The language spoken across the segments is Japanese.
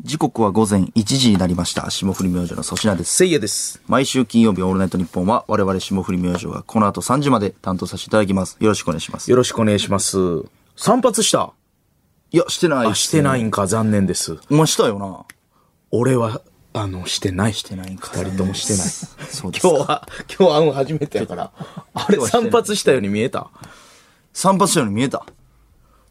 時刻は午前1時になりました。霜降り明星の粗品です。せいやです。毎週金曜日オールナイトニッポンは我々霜降り明星がこの後3時まで担当させていただきます。よろしくお願いします。よろしくお願いします。散髪したいや、してないっすね、あ、してないんか、残念です。お前したよな。俺は、あの、してない。してないんか二人ともしてない。そうですか今日は、今日会うん初めてやから。あ今日れ、はしてない散髪したように見えた散髪したように見えた。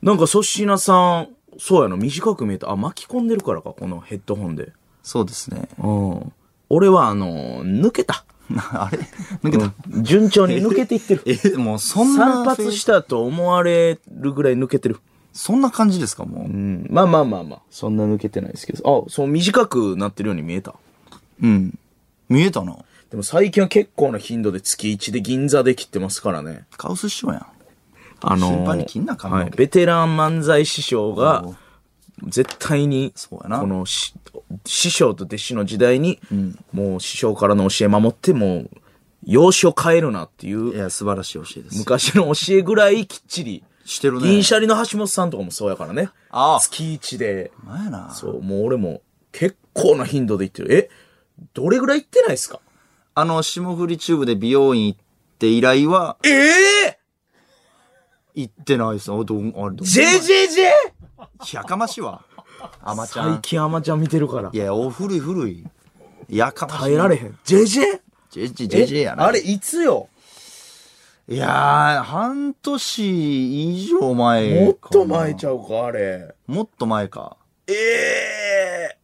なんか粗品さん、そうやな、短く見えた。あ、巻き込んでるからか、このヘッドホンで。そうですね。 うん。俺は、あの、抜けた。あれ抜けた。。順調に抜けてい ってるえ、もうそんな、散髪したと思われるぐらい抜けてる。そんな感じですか、もうう。ん。まあまあまあまあ。そんな抜けてないですけど。あ、そう、短くなってるように見えた。うん。見えたな。でも最近は結構な頻度で月1で銀座で切ってますからね。カウス師匠やん。あのー頻繁に切んな髪の毛はい。ベテラン漫才師匠がおう、絶対に、そうやなこのし、師匠と弟子の時代に、もう師匠からの教え守って、もう、容姿を変えるなっていう、や、素晴らしい教えです。昔の教えぐらいきっちり、してるね。銀シャリの橋本さんとかもそうやからね。ああ月1で、前やな。そう、もう俺も、結構な頻度で行ってる。え、どれぐらい行ってないですかあの、霜降りチューブで美容院行って以来は、ええ行ってないです。あ、どん、あれ、どん。 !JJJ! やかましいわ。あまちゃ最ん。近アマちゃん見てるからい。や、お、古い古い。やかましい。耐えられへん。JJ? ジェジェジェジェやな。あれ、いつよいやー、半年以上前かな。もっと前ちゃうか、あれ。もっと前か。ええ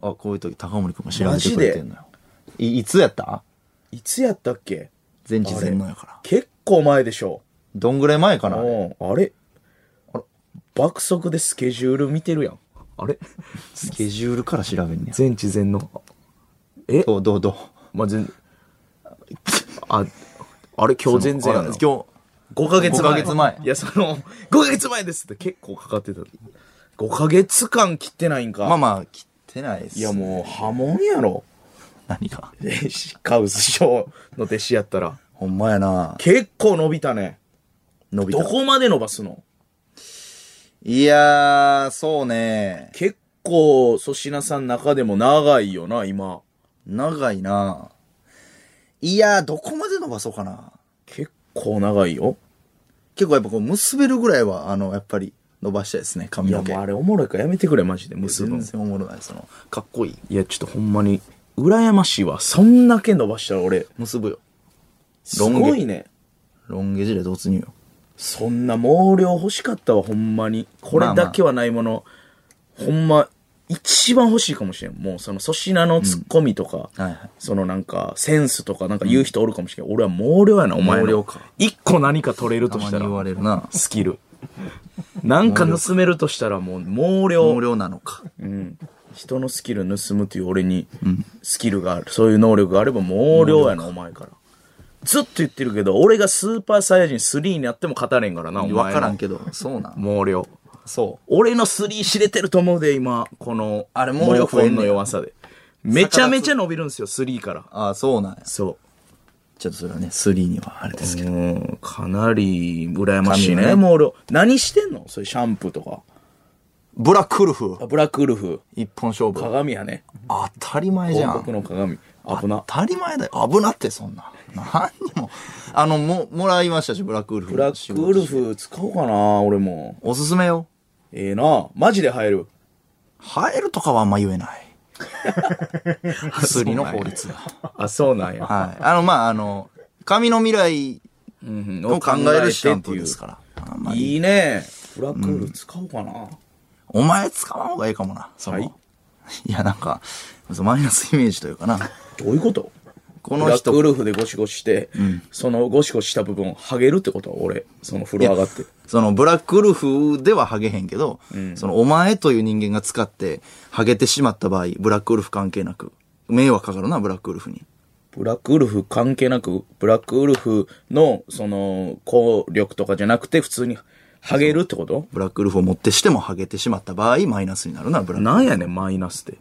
あ、こういう時、高森くんも調べてくれてんのよ。い、いつやったいつやったっけ前日前のやから。結構前でしょ。どんぐらい前かなあれうん。あれあら爆速でスケジュール見てるやん。あれスケジュールから調べんねや。全知全能。えどうどうどうまあ、全、あ、あれ今日全然やあな。今日、 5ヶ月前。 5ヶ月前いや、その、5ヶ月前ですって結構かかってた。5ヶ月間切ってないんか。まあまあ、切ってないです。いや、もう、波紋やろ。何か。弟子カウス師匠の弟子やったら。ほんまやな結構伸びたね。伸びどた。こまで伸ばすのいやー、そうね。結構、粗品さんの中でも長いよな、今。長いないやー、どこまで伸ばそうかな。結構長いよ。結構やっぱこう、結べるぐらいは、あの、やっぱり伸ばしたいですね、い髪や、のも毛。うあれおもろいからやめてくれ、マジで、結ぶ全の。然おもろない。その、かっこいい。いや、ちょっとほんまに、羨ましいわ。そんだけ伸ばしたら俺、結ぶよ。すごいね。ロン毛時代突入よ。そんな毛量欲しかったわ、ほんまに。これだけはないもの、ほんま、一番欲しいかもしれん。もう、その粗品のツッコミとか、うんはいはいそのなんか、センスとかなんか言う人おるかもしれん。俺は毛量やな、お前の。毛量か一個何か取れるとたましにた言わら、れるな。スキル。なんか盗めるとしたらもう、毛毛量。量なのか。うん。人のスキル盗むという俺に、スキルがある。そういう能力があれば毛量やな、お前から。ずっと言ってるけど、俺がスーパーサイヤ人3になっても勝たれんからな、お前の。わからんけど、そうなん。毛量。そう。俺の3知れてると思うで、今、この、あれ毛量増えんねんの弱さで。めちゃめちゃ伸びるんですよ、3から。ああ、そうなんや。そちょっとそれはね、3にはあれですう。けど。うん、かなり、羨ましいね、髪毛量。何してんのそれシャンプーとか。ブラックウルフ。あブラックウルフ。一本勝負。鏡やね。当たり前じゃ広ん。告の鏡。危な。当たり前だよ。危なって、そんな。何にも。あの、も、もらいましたし、ブラックウルフ。ブラックウルフ使おうかな、俺も。おすすめよ。ええな。マジで入る。生えるとかはあんま言えない。薬の法律が。 あ、そうなんや。はい。あの、まあ、あの、髪の未来うんを考えるシャンプーですら。から。あんまりいいね。ブラックウルフ使おうかな。お前使わん方がいいかもな。その、はいい、や、なんか、マイナスイメージというかな。どういうことこブのラックウ人、ルフでゴシゴシして、そのゴシゴシした部分をハゲるってことは俺、その風呂上がって。その、ブラックウルフではハゲへんけど、その、お前という人間が使って、ハゲてしまった場合、ブラックウルフ関係なく、迷惑かかるな、ブラックウルフに。ブラックウルフ関係なく、ブラックウルフの、その、効力とかじゃなくて、普通にハゲるってことブラックウルフを持ってしてもハゲてしまった場合、マイナスになるな、ブラックウルなんやねん、マイナスって。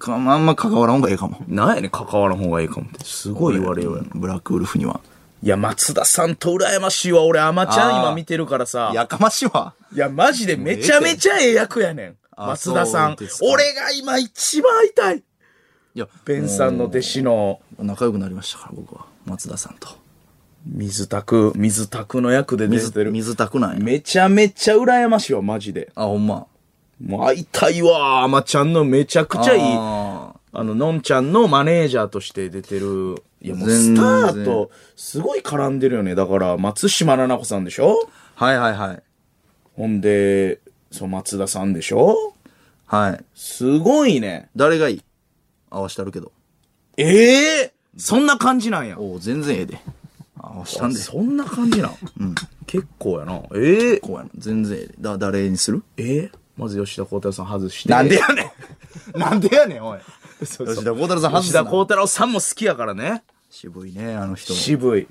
フか。あんま関わらん方がいいかも。なんやねん、関わらん方がいいかもって。すごい言われようやうんブラックウルフには。いや、松田さんと羨ましいわ。俺、アマちゃんあー今見てるからさ。いや、やかましいわ。マジでめちゃめちゃええ役やねん。あ松田さそんうです。か俺が今一番会いたい。いや、ベンさんの弟子の仲良くなりましたから、僕は。松田さんと。水拓、水拓の役で出て水、る。水たくない。めちゃめちゃ羨ましいわ、マジで。あ、ほんま。もう会いたいわ、あまちゃんのめちゃくちゃいい。ああの、のんちゃんのマネージャーとして出てる。いや、もうス全然ターと、すごい絡んでるよね。だから、松島菜々子さんでしょーはいはいはい。ほんで、そう、松田さんでしょはい。すごいね。誰がいい合わしてあるけど。ええそんな感じなんや。おお全然ええで。合わしたんで。そんな感じなん。結構やな。ええこうやな。全然ええで。だ、誰にするええまず吉田鋼太郎さん外して。やねん なんでやねん、 おい。そうそ吉う田幸太郎さん外吉す田な鋼太郎さんも好きやからね。渋いね、あの人。渋い。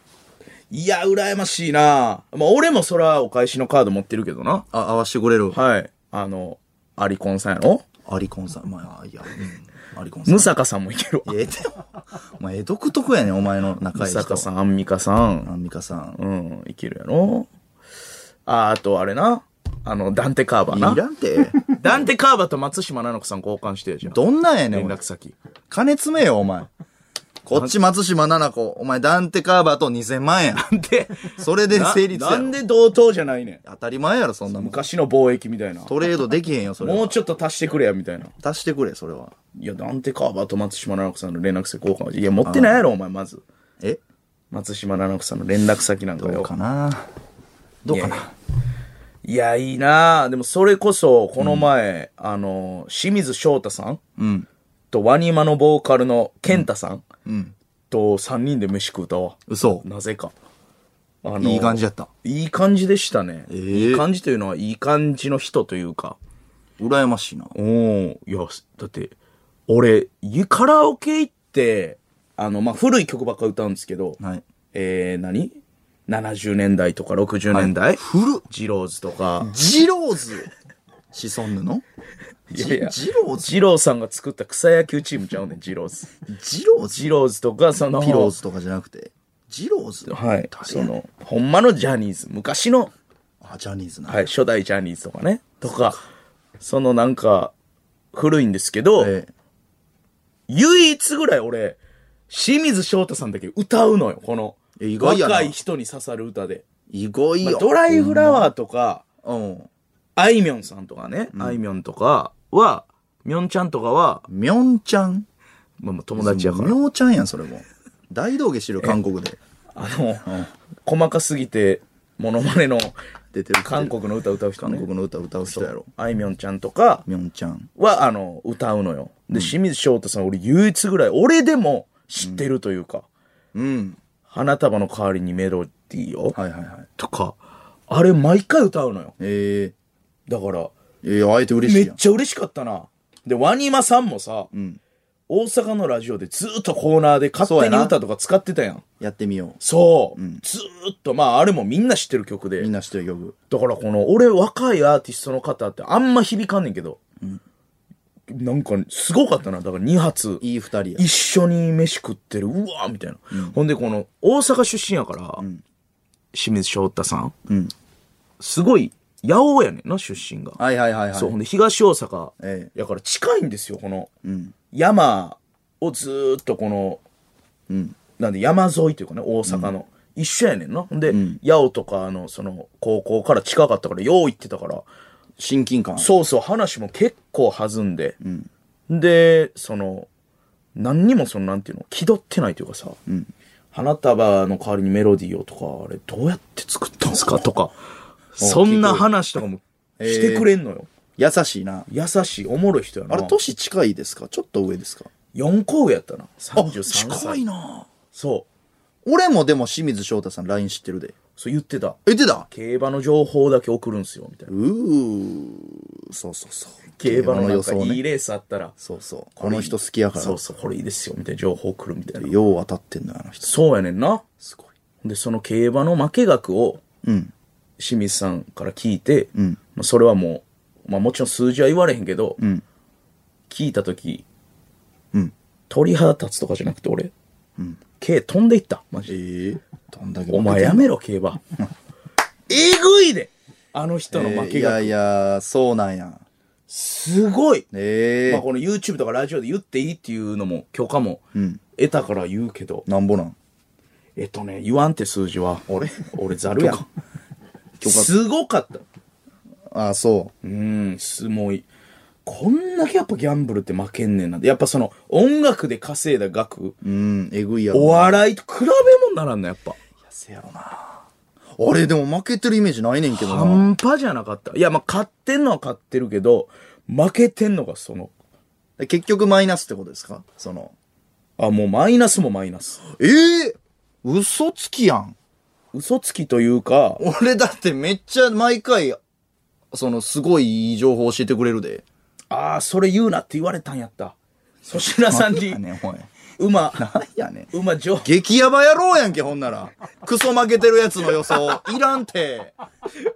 いや、羨ましいな。まあ、俺もそらお返しのカード持ってるけどな。あ、合わしてくれる。はい。あの、アリコンさんやろアリコンさん。まあ、いや、うん。アリコンさんム。サカさんもいけるわ。ええでお前、え独特やねん、お前の仲ムいいサ人カ。さん、アンミカさん。アンミカさん。うん、いけるやろあ、あとあれな。あの、ダンテカーバーいな。らんて。ダンテカーバと松島菜々子さん交換してるじゃん。どんなんやねん、連お前絡先。金詰めよ、お前。こっち松島奈々子。お前、ダンテカーバーと2000万円。で、それで成立なやなんろ。で同等じゃないねん。当たり前やろ、そんなもん。昔の貿易みたいな。トレードできへんよ、それもはう。ちょっと足してくれや、みたいな。足してくれ、それは。いや、ダンテカーバーと松島菜々子さんの連絡先交換。いや、持ってないやろ、お前、まず。え松島菜々子さんの連絡先なんかどうよ。かなどうかないや、いいなあでも、それこそ、この前、あの、清水翔太さんうん。とワニマのボーカルの健太さんうん。と3人で飯食うたわ。嘘。なぜか。あのいい感じやった。いい感じでしたね。ええいい感じというのは、いい感じの人というか。羨ましいな。おおいや、だって、俺、ゆカラオケ行って、あの、まあ、古い曲ばっか歌うんですけど、はい。えー、何 ?70 年代とか60年代、古っ。ジローズとか、ジローズ。シソンヌのいやいやジジローズジローさんが作った草野球チームちゃうねん、ジローズ。ジローズジローズとか、その、ピローズとかじゃなくて。ジローズはい、誰そやの、ほんまのジャニーズ、昔の、あ、ジャニーズな。はい、初代ジャニーズとかね、とか、そのなんか、古いんですけど、ええ唯一ぐらい俺、清水翔太さんだけ歌うのよ、この。え意外やな若い人に刺さる歌で。意外まあよ。ドライフラワーとか、うん。あいみょんさんとかね、あいみょんとかは、みょんちゃんとかは、みょんちゃんまあ、まあ友達やかみら。ょうちゃんやん、それも。大道芸してる、韓国で。あの、細かすぎて、モノマネの出てる。韓国の歌歌う人韓ね。国の歌歌う人やろ。あいみょんちゃんとかみょんちゃん。は、あの、歌うのよ。で、清水翔太さん俺唯一ぐらい、俺でも知ってるというか、うん。花束の代わりにメロディーを、はいはいはい。とか、あれ毎回歌うのよ。えだから、えええ会えて嬉しめいやっん。ちゃ嬉しかったな。で、ワニマさんもさ、ん大阪のラジオでずっとコーナーで勝そう手やにな歌とか使ってたやん。やってみよそう。ずーっと、まあ、あれもみんな知ってる曲う。でみん。な知ってる曲。だからこの、俺若いアーティストの方ってあんま響かんねんけど、なんかすごかったな。だから2発、いい二人や。一緒に飯食ってる、うわーみたいな。ほんで、この、大阪出身やから、清水翔太さん、んすごい、八百やねんな、出身が。はいはいはいはい。そう、ほんで東大阪、えやから近いんですよ、この、ん山をずーっとこの、んなんで山沿いというかね、大阪の。一緒やねんな。ほんで、八尾とか、あの、その、高校から近かったから、よう行ってたから、親近感。そうそう、話も結構弾んで、で、その、何にもその、なんていうの、気取ってないというかさ、花束の代わりにメロディーをとか、あれ、どうやって作ったんです かとか、そんな話とかもしてくれんのよ。優しいな。優しい、おもろい人やな。あれ、年近いですかちょっと上ですか4個上やったな。あ、 33歳。近いなそう。俺もでも清水翔太さん LINE 知ってるで。そう言ってた。え、出た競馬の情報だけ送るんすよ、みたいな。うー。そうそうそう。競馬のなんか競馬いい。レースあったら、そうそう。この人好きやから。そうそう、これいいですよ、みたいな情報来るみたいな。よう当たってんのよ、あの人。そうやねんな。すごい。で、その競馬の負け額を、うん。清水さんから聞いて、まあ、それはもう、まあもちろん数字は言われへんけど、ん聞いたとき、うん鳥肌立つとかじゃなくて俺、毛飛んでいった、マジで。ええどんだけお前やめろ、競 馬。えぐいであの人の負負けけがが。いやいや、そうなんや。すごい、ええまあこの YouTube とかラジオで言っていいっていうのも許可も得たから言うけど、なんぼなんえっとね、言わんって数字は、俺、俺ざるやん。許可すごかった。ああ、そう。うん、すごい。こんだけやっぱギャンブルって負けんねんな。やっぱその音楽で稼いだ額、うん、えぐいやろおな。笑いと比べもならんの、やっぱ。せやろな。あれ、でも負けてるイメージないねんけどな。半端じゃなかった。いや、まあ、勝ってんのは勝ってるけど、負けてんのがその、結局マイナスってことですかその。あ、もうマイナスもマイナス。ええ嘘つきやん。嘘つきというか、俺だってめっちゃ毎回、その、すごいいい情報教えてくれるで。ああ、それ言うなって言われたんやった。粗品さんになん、やねん、おい。馬、なんやねん。馬上下、激ヤバ野郎やんけ、ほんなら。クソ負けてるやつの予想。いらんて。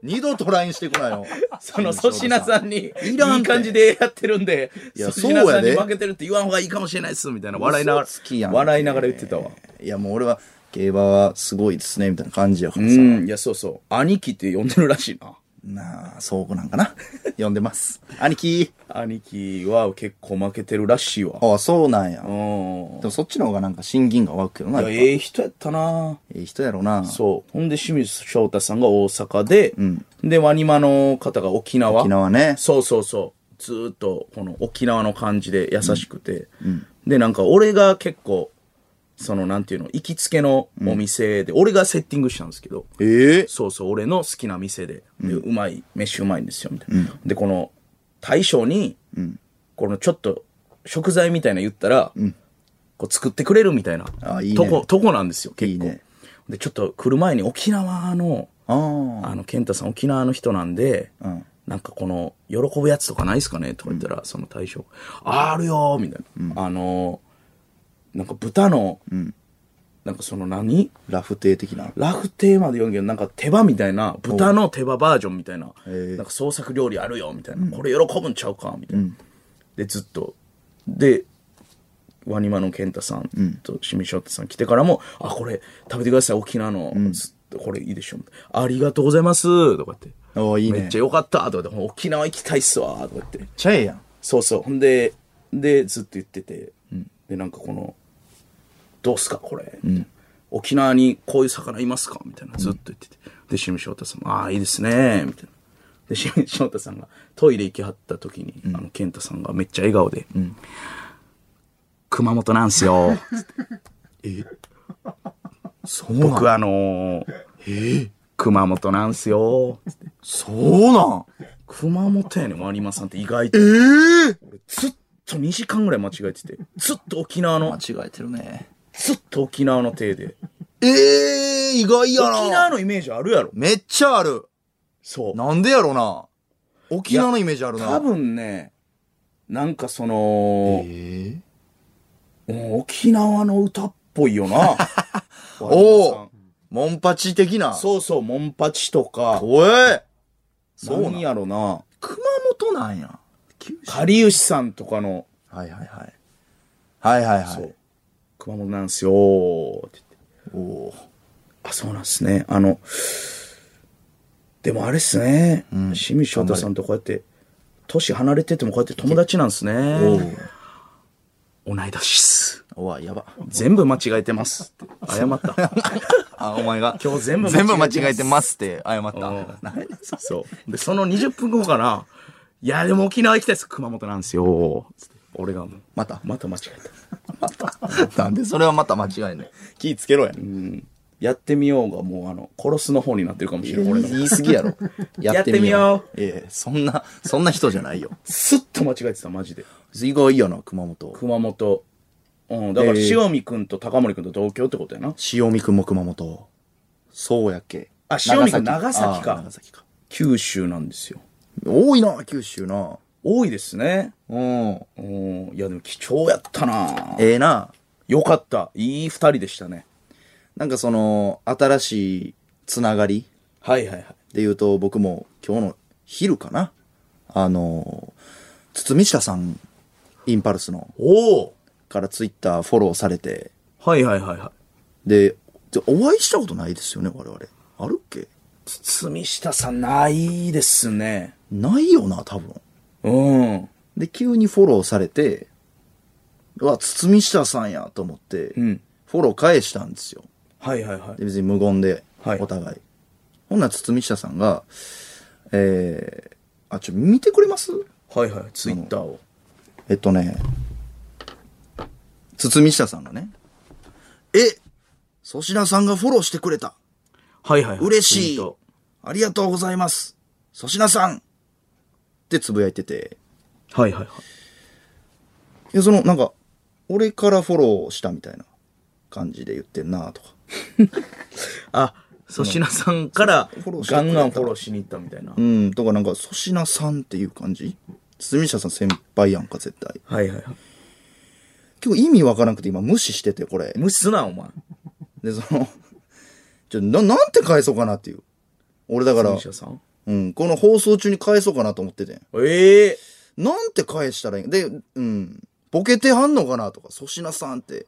二度トラインしてこないよ。その粗品さんに、いいらんてい感じでやってるんで、や粗品そうさやんにで負けてるって言わん方がいいかもしれないっす、みたいな笑いなが嘘つきやら、ん笑いながら言ってたわ。いや、もう俺は、競馬はすごいですね、みたいな感じやからうさ。ん、いや、そうそう。兄貴って呼んでるらしいな。なあ、そうなんかな。呼んでます。兄貴。兄貴は結構負けてるらしいわ。ああ、そうなんや。うでん。もそっちの方がなんか親近感湧くけどな。いややっぱええ人やったなええ人やろな。そう。ほんで、清水翔太さんが大阪で、んで、ワニマの方が沖縄。沖縄ね。そうそうそう。ずーっと、この沖縄の感じで優しくて。で、なんか俺が結構、その、なんていうの、行きつけのお店で、俺がセッティングしたんですけど、ええそうそう、俺の好きな店で、でうまい、飯うまいんですよ、みたいな。で、この、大将に、このちょっと、食材みたいなの言ったら、こう作ってくれるみたいな、あいいねとこ、とこなんですよ、結構。いいねで、ちょっと来る前に沖縄の、ああ。あの、健太さん沖縄の人なんで、うんなんかこの、喜ぶやつとかないですかねとか言ったら、その大将、ああるよーみたいな。あのー、なんか豚の、なんかその何ラフテー的な。ラフテーまで読んけど、なんか手羽みたいな、豚の手羽バージョンみたいな、へーなんか創作料理あるよ、みたいな、これ喜ぶんちゃうか、みたいな。で、ずっと。で、ワニマの健太さんと清水翔太さん来てからも、あ、これ食べてください、沖縄の。つってこれいいでしょ。みたいなありがとうございます、とか言って。おーいいね。めっちゃ良かった、とか言って、沖縄行きたいっすわ、とか言って。ちゃええやん。そうそう。ほんで、で、ずっと言ってて、で、なんかこの、どうすか、これ。沖縄にこういう魚いますかみたいな、ずっと言ってて。で、清水翔太さんも、ああ、いいですね、みたいな。で、清水翔太さんがトイレ行きはった時に、あの、健太さんがめっちゃ笑顔で、熊本なんす よ。えそうなん。僕あのー熊本なんすよ。そうなん。熊本やねん、ワニマさんって意外と。ええ俺ずっと2時間ぐらい間違えてて、ずっと沖縄の、間違えてるね。ずっと沖縄の体で。ええ意外やな。沖縄のイメージあるやろめっちゃある。そう。なんでやろな。沖縄のイメージあるな。多分ね、なんかその、ええうん沖縄の歌っぽいよ な。お渡辺おモンパチ的な。さんそうそう、モンパチとか、おえそうなん何やろな。熊本なんや。九州。かりゆしさんとかの、はいはいはい。はいはいはそ。いう熊本なんすよーって言って。おおあ、そうなんですね。あの、でもあれっすね。清水翔太さんとこうやって、年離れててもこうやって友達なんすおね。同い年っす。お。おわ、やば。全部間違えてます。謝った。 あ、お前が。今日全部間違えてます全部間違えてますって謝った。ん何やねんそれそう。で、その20分後から、いや、でも沖縄行きたいです。熊本なんですよ。つって俺がもう、また。また間違えた。また。なんでそれはまた間違えんねん。気ぃつけろや。やってみようが、もうあの、殺すの方になってるかもしれない。俺の。言い過ぎやろ。やってみよう。ええ、そんな、そんな人じゃないよ。すっと間違えてた、マジで。意外やな、熊本。熊本。うん、だから、えー塩見くんと高森くんと同居ってことやな。塩見くんも熊本。そうやっけ。あ塩見くん長崎かあ長崎か。九州なんですよ。多いな、九州な。多いですね。うん。うん。いや、でも貴重やったなええな。よかった。いい二人でしたね。なんかその、新しいつながりはいはいはい。で言うと、僕も今日の昼かな。あの、堤下さん、インパルスの、おおからツイッターフォローされて、はいはいはいはい。で、でお会いしたことないですよね、我々。あるっけ堤下さん、ないですね。ないよな、多分。うん。で、急にフォローされて、うわ、堤下さんやと思って、うん。フォロー返したんですよ。はいはいはいで、。別に無言で、はいお互い。ほんなら堤下さんが、えー、あ、ちょ、見てくれますはいはい。ツイッターを。えっとね、堤下さんがね、え粗品さんがフォローしてくれたはいはいはい。嬉しいツイートありがとうございます粗品さんってつぶやいてて、はいはいはい。いや、その、なんか、俺からフォローしたみたいな感じで言ってんなとか。あ、粗品さんからフォローしてくガれたンガンフォローしに行ったみたいなう。ん、とかなんか、粗品さんっていう感じ堤下さん先輩やんか、絶対。はいはいはい。結構意味わからなくて今無視してて、これ。無視すな、お前。で、その、ちょ、な、なんて返そうかなっていう。俺だから西、田さん。うん、この放送中に返そうかなと思ってて。ええなんて返したらいいんで、うん、ボケてはんのかなとか、粗品さんって。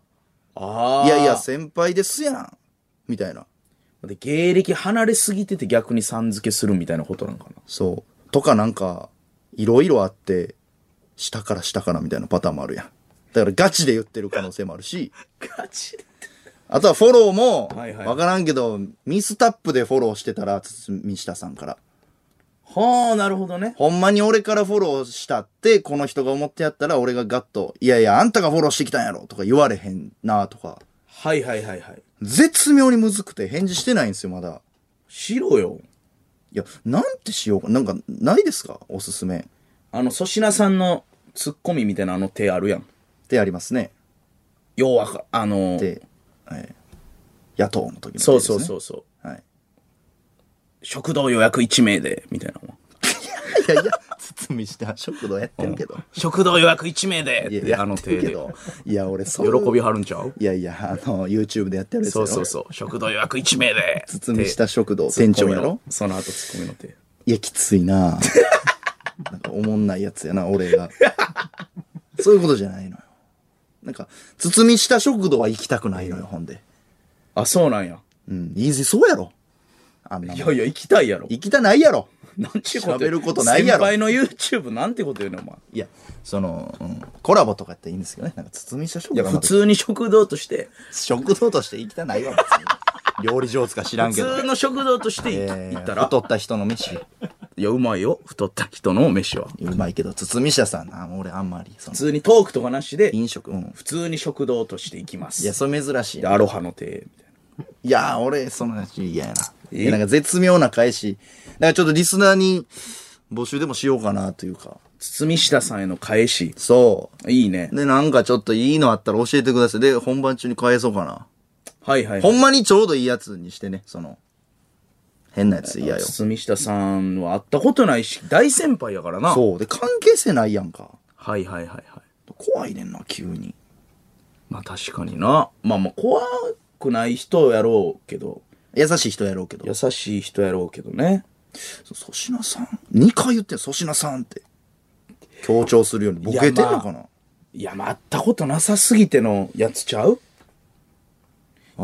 ああ。いやいや、先輩ですやん。みたいな。で、芸歴離れすぎてて逆にさん付けするみたいなことなんかな。そう。とかなんか、いろいろあって、下から下からみたいなパターンもあるやん。だからガチで言ってる可能性もあるし、ガチで。あとはフォローも、はいはいわからんけど、ミスタップでフォローしてたら、堤下さんから。はあ、なるほどね。ほんまに俺からフォローしたって、この人が思ってやったら、俺がガッと、いやいや、あんたがフォローしてきたんやろとか言われへんなとか、はいはいはいはい。絶妙にむずくて返事してないんですよ、まだ。しろよ。いや、なんてしようか。なんか、ないですかおすすめ。っあの、粗品さんのツッコミみたいなあの手あるやん。てありますね。ようわか、あの、で、はい、野党の時の、ね。そうそうそうそう。はい。食堂予約1名で、みたいな。いやいや、堤下食堂やってるけど。食堂予約1名でいっや、てあやのって手るけで。ど。いや、俺、そ喜びび。はるんちゃういやいや、あの、YouTube でやってるやつそうそうう。そう。食堂予約1名で。堤下食堂、店長やろその後ツッコミの手。いや、きついな なんか、おもんないやつやな、俺が。そういうことじゃないのよ。なんか、堤下食堂は行きたくないのよ、ほんで。あ、そうなんや。うん、いいぜ、そうやろ。あんないもんやいや、行きたいやろ。行きたないやろ。なんちゅうこと喋ることないやろ先輩の YouTube なんてこと言うねんお前。いや、その、うん、コラボとかやったらいいんですけどね。なんか、堤下食い堂や、は普通に食堂として、食堂として行きたないわ、別 に料理上手か知らん普けど。通の食堂としてえいー行ったら、太った人の飯。いや、うまいよ。太った人の飯は。うまいけど、堤下さんな、もう俺あんまり、その普、通にトークとかなしで、飲食、うん。普通に食堂として行きいまや、す。それ珍しいで、な。アロハの手、みたいいや、俺、その話嫌やな。えいや、なんか絶妙な返し。だからちょっとリスナーに募集でもしようかな、というか。な。堤下さんへの返し、そいいねう。。で、なんかちょっといいのあったら教えてください。で、本番中に返そうかな。はいはい、はほい。んまにちょうどいいやつにしてね、その、変なやつ嫌よ。堤下さんは会ったことないし、大先輩やからな。そう。で、関係性ないやんか。はいはいはいはい。怖いねんな、急に。まあ確かにな。まあまあ怖くない人やろうけど、優しい人やろうけど優。しい人やろうけどね。そ粗品さん ?2 回言ってん粗品さんって。強調するようにボケてんのかいやな、いや、まあ、会ったことなさすぎてのやつちゃう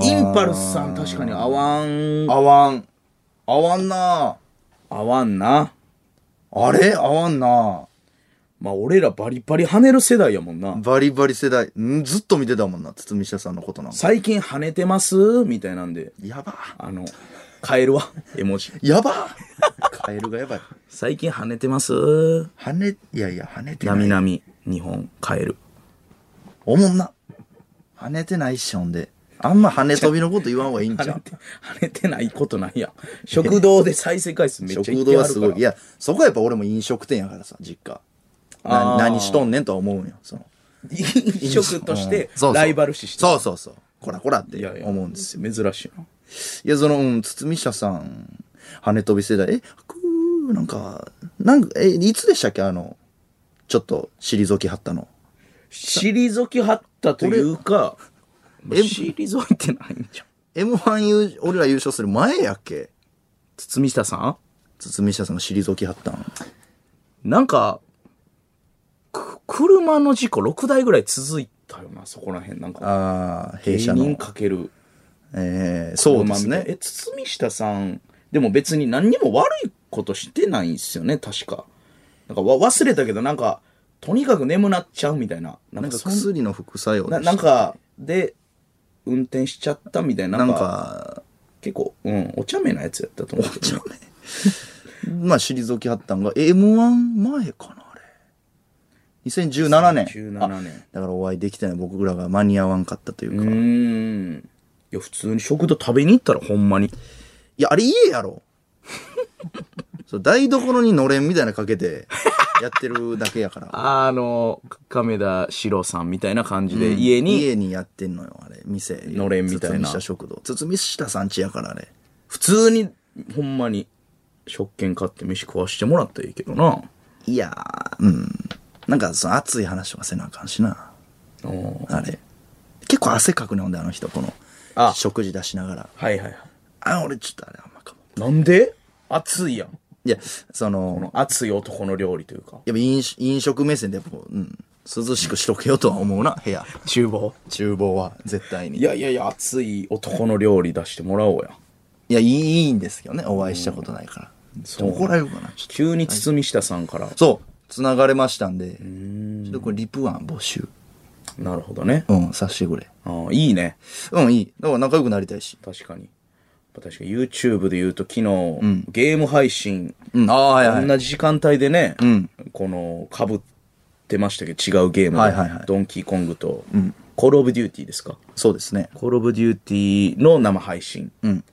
インパルスさん確かに合わん、合わん。合わんな合わんな。ああれ合わんなまあ、俺らバリバリ跳ねる世代やもんな。バリバリ世代。んずっと見てたもんな、堤下さんのことなんか。最近跳ねてますみたいなんで、やば。あの、カエルは絵文字。やばカエルがやばい。最近跳ねてます跳ね、いやいや、跳ねてなみない。なみ、日本、カエル。おもんな。跳ねてないっしょ、ほんで。あんま跳ね飛びのこと言わん方がいいんち跳ゃねうて、跳ねてないことないやん。食堂で再生回数めっちゃい食ってある堂からはすごい。いや、そこはやっぱ俺も飲食店やからさ、実家。あなー何しとんねんとは思うんよ。その飲食としてうんそうそうライバル視してそうそそうそう。こらこらっていやいや思うんですよ。珍しいないや、その、うん、堤下さん、羽飛び世代、え、くー、なんか、なんか、え、いつでしたっけあの、ちょっと、退きはったの。退きはったというか退いてないんじゃん M1 優、俺ら優勝する前やっけ堤下さん堤下さんが退きはったん。なんかく車の事故6台ぐらい続いたよなそこら辺なんかあー、芸弊社人の。かけるえー、そうです車みたね。いえ堤下さんでも別に何にも悪いことしてないんですよね確かなんかわ忘れたけど、なんか、とにかく眠なっちゃうみたいな。なんなんかかそん薬の副作用でなしたなんか、で、運転しちゃったみたいな。ななんんか、か、結構、うん、お茶目なやつやったと思うけど。 まあ、退きはったんが、M1 前かな、あれ。2017年。 17年あだからお会いできてない僕らが間に合わんかったというか。ういーん。いや、普通に食堂食べに行ったらほんまに。や、あれ家やろ。 そう台所にのれんみたいなかけて、やってるだけやから。あの、亀田史郎さんみたいな感じで、家に、家にやってんのよ、あれ。店。のれんみたい堤な下食堂。堤下さんちやから、あれ。普通に、ほんまに、食券買って飯食わしてもらったらいいけどな。いやー、うん。なんか、その熱い話はせなあかんしな。おあれ。結構汗かくね、ほんで、あの人、この。あ食事出しながら。はいはいはあ、俺ちょっとあれ、あんまかも。い。なんで熱いやん。いや、その、熱い男の料理というか。やっぱ飲食飲食目線でやっぱ、うん、涼しくしとけよとは思うな、部屋。厨房厨房は、絶対に。いいや、やいやいや、熱い男の料理出してもらおうや。いや、いいいいんですけどね、お会いしたことないから。ちょっと怒られるかな、ちょっと。急に堤下さんから。そう、繋がれましたんで、ちょっとこれ、リプ案募集。なるほどね。うん、さしてくれ。ああ、いいね。うん、いい。だから仲良くなりたいし。確かに。確かに YouTube で言うと昨日、ゲーム配信、うん、ああ、はいはい。同じ時間帯でね、んこの、かぶってましたけど、違うゲームで、はいはいはいドンキーコングと、コールオブデューティーですか。そうですね。コールオブデューティーの生配信。うん。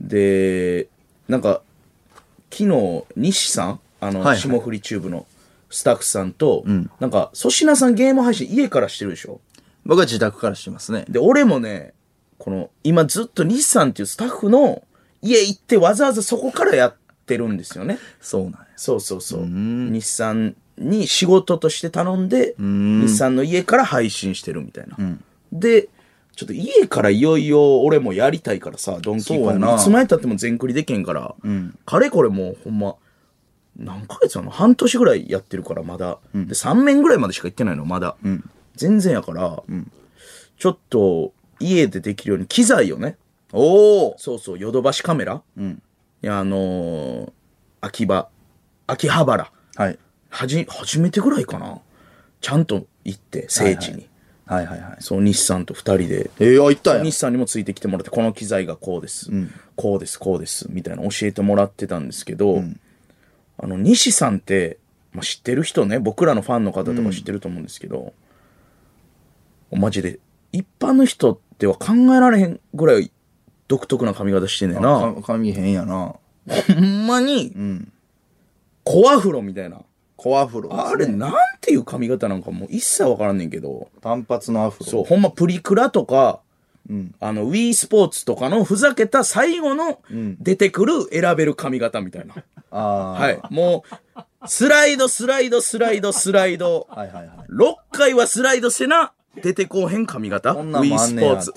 で、なんか、昨日、西さんあの、はいはい霜降りチューブのスタッフさんと、なんか、粗品さんゲーム配信家からしてるでしょ僕は自宅からしてますね。で、俺もね、この、今ずっと西さんっていうスタッフの家行ってわざわざそこからやってるんですよね。そうなんや。そうそうそう。日産に仕事として頼んで、日産の家から配信してるみたいな。で、ちょっと家からいよいよ俺もやりたいからさ、ドンキーコそうやンなグ。いつまでたっても全クリでけんから、かれこれもうほんま、何ヶ月なの半年ぐらいやってるからまだ。で、3面ぐらいまでしか行ってないの、まだ。全然やから、ちょっと家でできるように機材をね、おおそうそう、ヨドバシカメラ、いや、あのー秋葉、秋葉原、はい。はじ、初めてぐらいかな。ちゃんと行って、聖地に。はいはいはい。そう、西さんと二人で。えー、あ、行ったんや西さんにもついてきてもらって、この機材がこうです、こうです、こうです、みたいな教えてもらってたんですけど、あの、西さんって、まあ、知ってる人ね、僕らのファンの方とか知ってると思うんですけど、マジで、一般の人では考えられへんぐらい独特な髪型してんねんな。か髪変やな。ほんまに、コアフロみたいな。コアフロですね、あれ、なんていう髪型なんかもう一切わからんねんけど。単発のアフロ。そう、ほんまプリクラとか、あの、Wii スポーツとかのふざけた最後の出てくる選べる髪型みたいな。あはい。もう、スライド、スライド、スライド、スライド。あ。はいはいはい。 6回はスライドせな、出てこうへん髪型。ん Wii なんもあんスねやポーツ。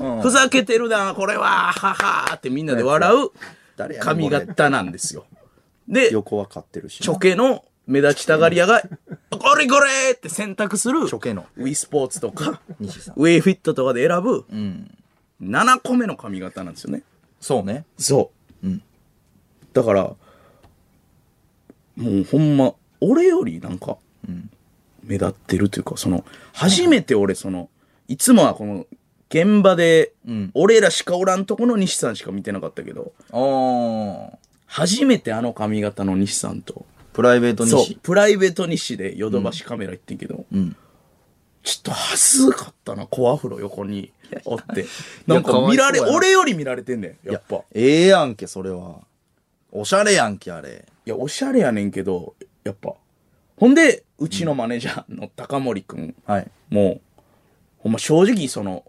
うん。ふざけてるな、これは、ははーってみんなで笑誰うやねん髪型なんですよ。で、横は買ってるし。チョケの目立ちたがり屋 が、これこれって選択する、チョケのウィスポーツとか、西さん。ウェイフィットとかで選ぶ、7個目の髪型なんですよね。そうね。そう。だから、もうほんま、俺よりなんか、目立ってるというか、その、初めて俺、その、いつもはこの、現場で、俺らしかおらんとこの西さんしか見てなかったけど、あー。初めてあの髪型の西さんと、プライベート西。そう、プライベート日誌でヨドバシカメラ行ってんけど、ちょっと恥ずかったな、コアフロ横におって。なんいやかかわい見そうやらなれ、俺より見られてんねん、やっぱ。いや、ええやんけ、それは。おしゃれやんけ、あれ。おしゃれやねんけど、やっぱ。ほんで、うちのマネージャーの高森くん、はい。もう、ほんま正直その、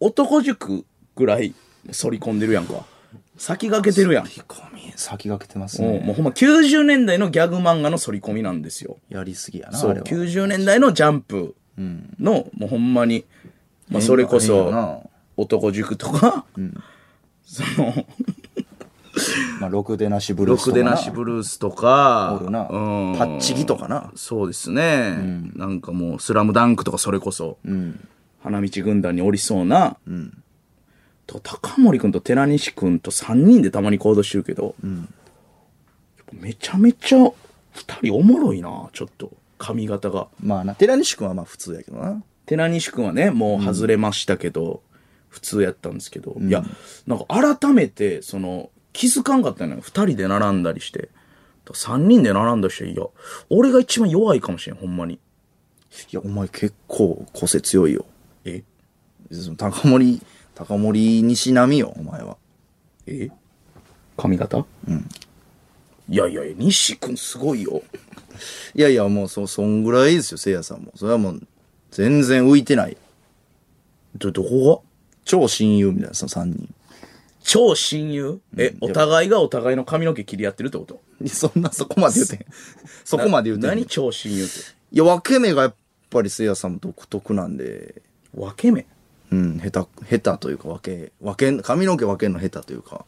男塾ぐらい反り込んでるやんか。先駆けてるやん。引っ込み、先駆けてますもうもうほんま90年代のギャグ漫画の反り込みなんですよ。やりすぎやな、そうあれは。 90年代のジャンプの、もうほんまに、まあ、それこ変やそな男塾とか、 そのまあ、ろくでなしブルろースとくかでな。なしブルースとかおるなうんパッチギとかなそうですね、なんかもう「スラムダンクとかそれこそ、花道軍団におりそうな、と高森君と寺西君と3人でたまに行動してるけど、やっぱめちゃめちゃ二人おもろいな、ちょっと。髪型が。まあな、寺西君はまあ普通やけどな。寺西くんはね、もう外れましたけど、普通やったんですけど、いや、なんか改めて、その、気づかんかったのよ。二人で並んだりして。三人で並んだりして、いや、俺が一番弱いかもしれん、ほんまに。いや、お前結構個性強いよ。えその高森、高森西並よ、お前は。え髪型うん。いやいやいや、西くんすごいよ。いやいや、もうそ、そんぐらいですよ、せいやさんも。それはもう、全然浮いてない。ど、どこが超親友みたいな、その3人。超親友え、お互いがお互いの髪の毛切り合ってるってこといやそんな、そこまで言うてん。そこまで言うてん。何い超親友って。や、分け目がやっぱりせいやさんも独特なんで、分け目うん、下手、下手というか分け、分け、髪の毛分けんの下手というか、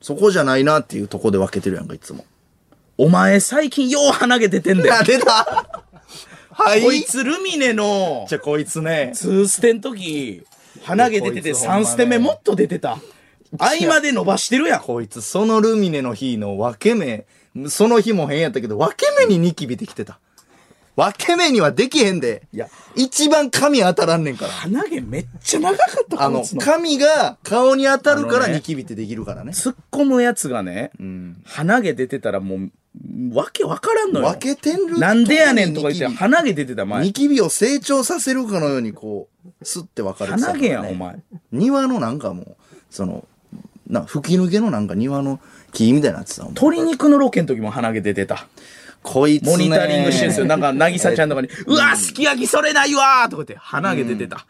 そこじゃないなっていうとこで分けてるやんか、いつも。お前最近よう鼻毛出てんだよ。あ、出たはこいいつルミネのじゃ、こいつね。 2ステの時、鼻毛出てこていつほんまね3ステ目もっと出てた。合間で伸ばしてるやん。こいつ、そのルミネの日の分け目、その日も変やったけど、分け目にニキビできてた。分け目にはできへんで。いや、一番髪当たらんねんから。鼻毛めっちゃ長かったあこのいつ、の髪が顔に当たるからあのねニキビってできるからね。突っ込むやつがね、鼻毛出てたらもう、わけわからんのよ。分けてるなんでやねんとか言って、ニキビ鼻毛出てた前ニ。キビを成長させるかのようにこう、スッて分かれてたから鼻毛やん、お前。庭のなんかもう、その、な、吹き抜けのなんか庭の木みたいになってたもん。鶏肉のロケの時も鼻毛出てた。こいつね。モニタリングしてるんですよ。なんか、なぎさちゃんとかに、うわ、すき焼きそれないわーとか言って、鼻毛出てた。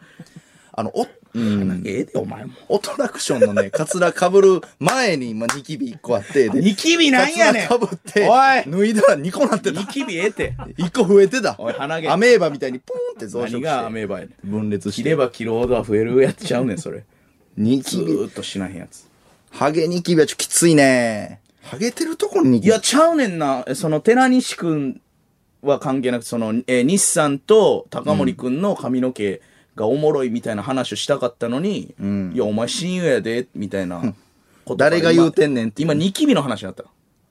あの、お、うん。鼻毛ええで、お前も。オトラクションのね、カツラ被る前に、まあ、ニキビ1個あって、で、ニキビなんやねんカツラ被って、お脱いだら2個なってたニ。キビええって。 1個増えてた。おい鼻毛アメーバみたいにポーンって増殖して。何がアメーバやねん。分裂し切れて。ば切るほどは増えるやつちゃうねん、そ れ。ニキずビ。ーっとしないやつ。ハゲニキビはちょっときついね。ハゲてるとこにニいキビ。や、ちゃうねんな。えその、寺西くんは関係なく、その、えー西さんと高森くんの髪の毛がおもろいみたいな話をしたかったのに、いや、お前親友やで、みたいなことら。誰が言うてんねんって今、今ニキビの話になった。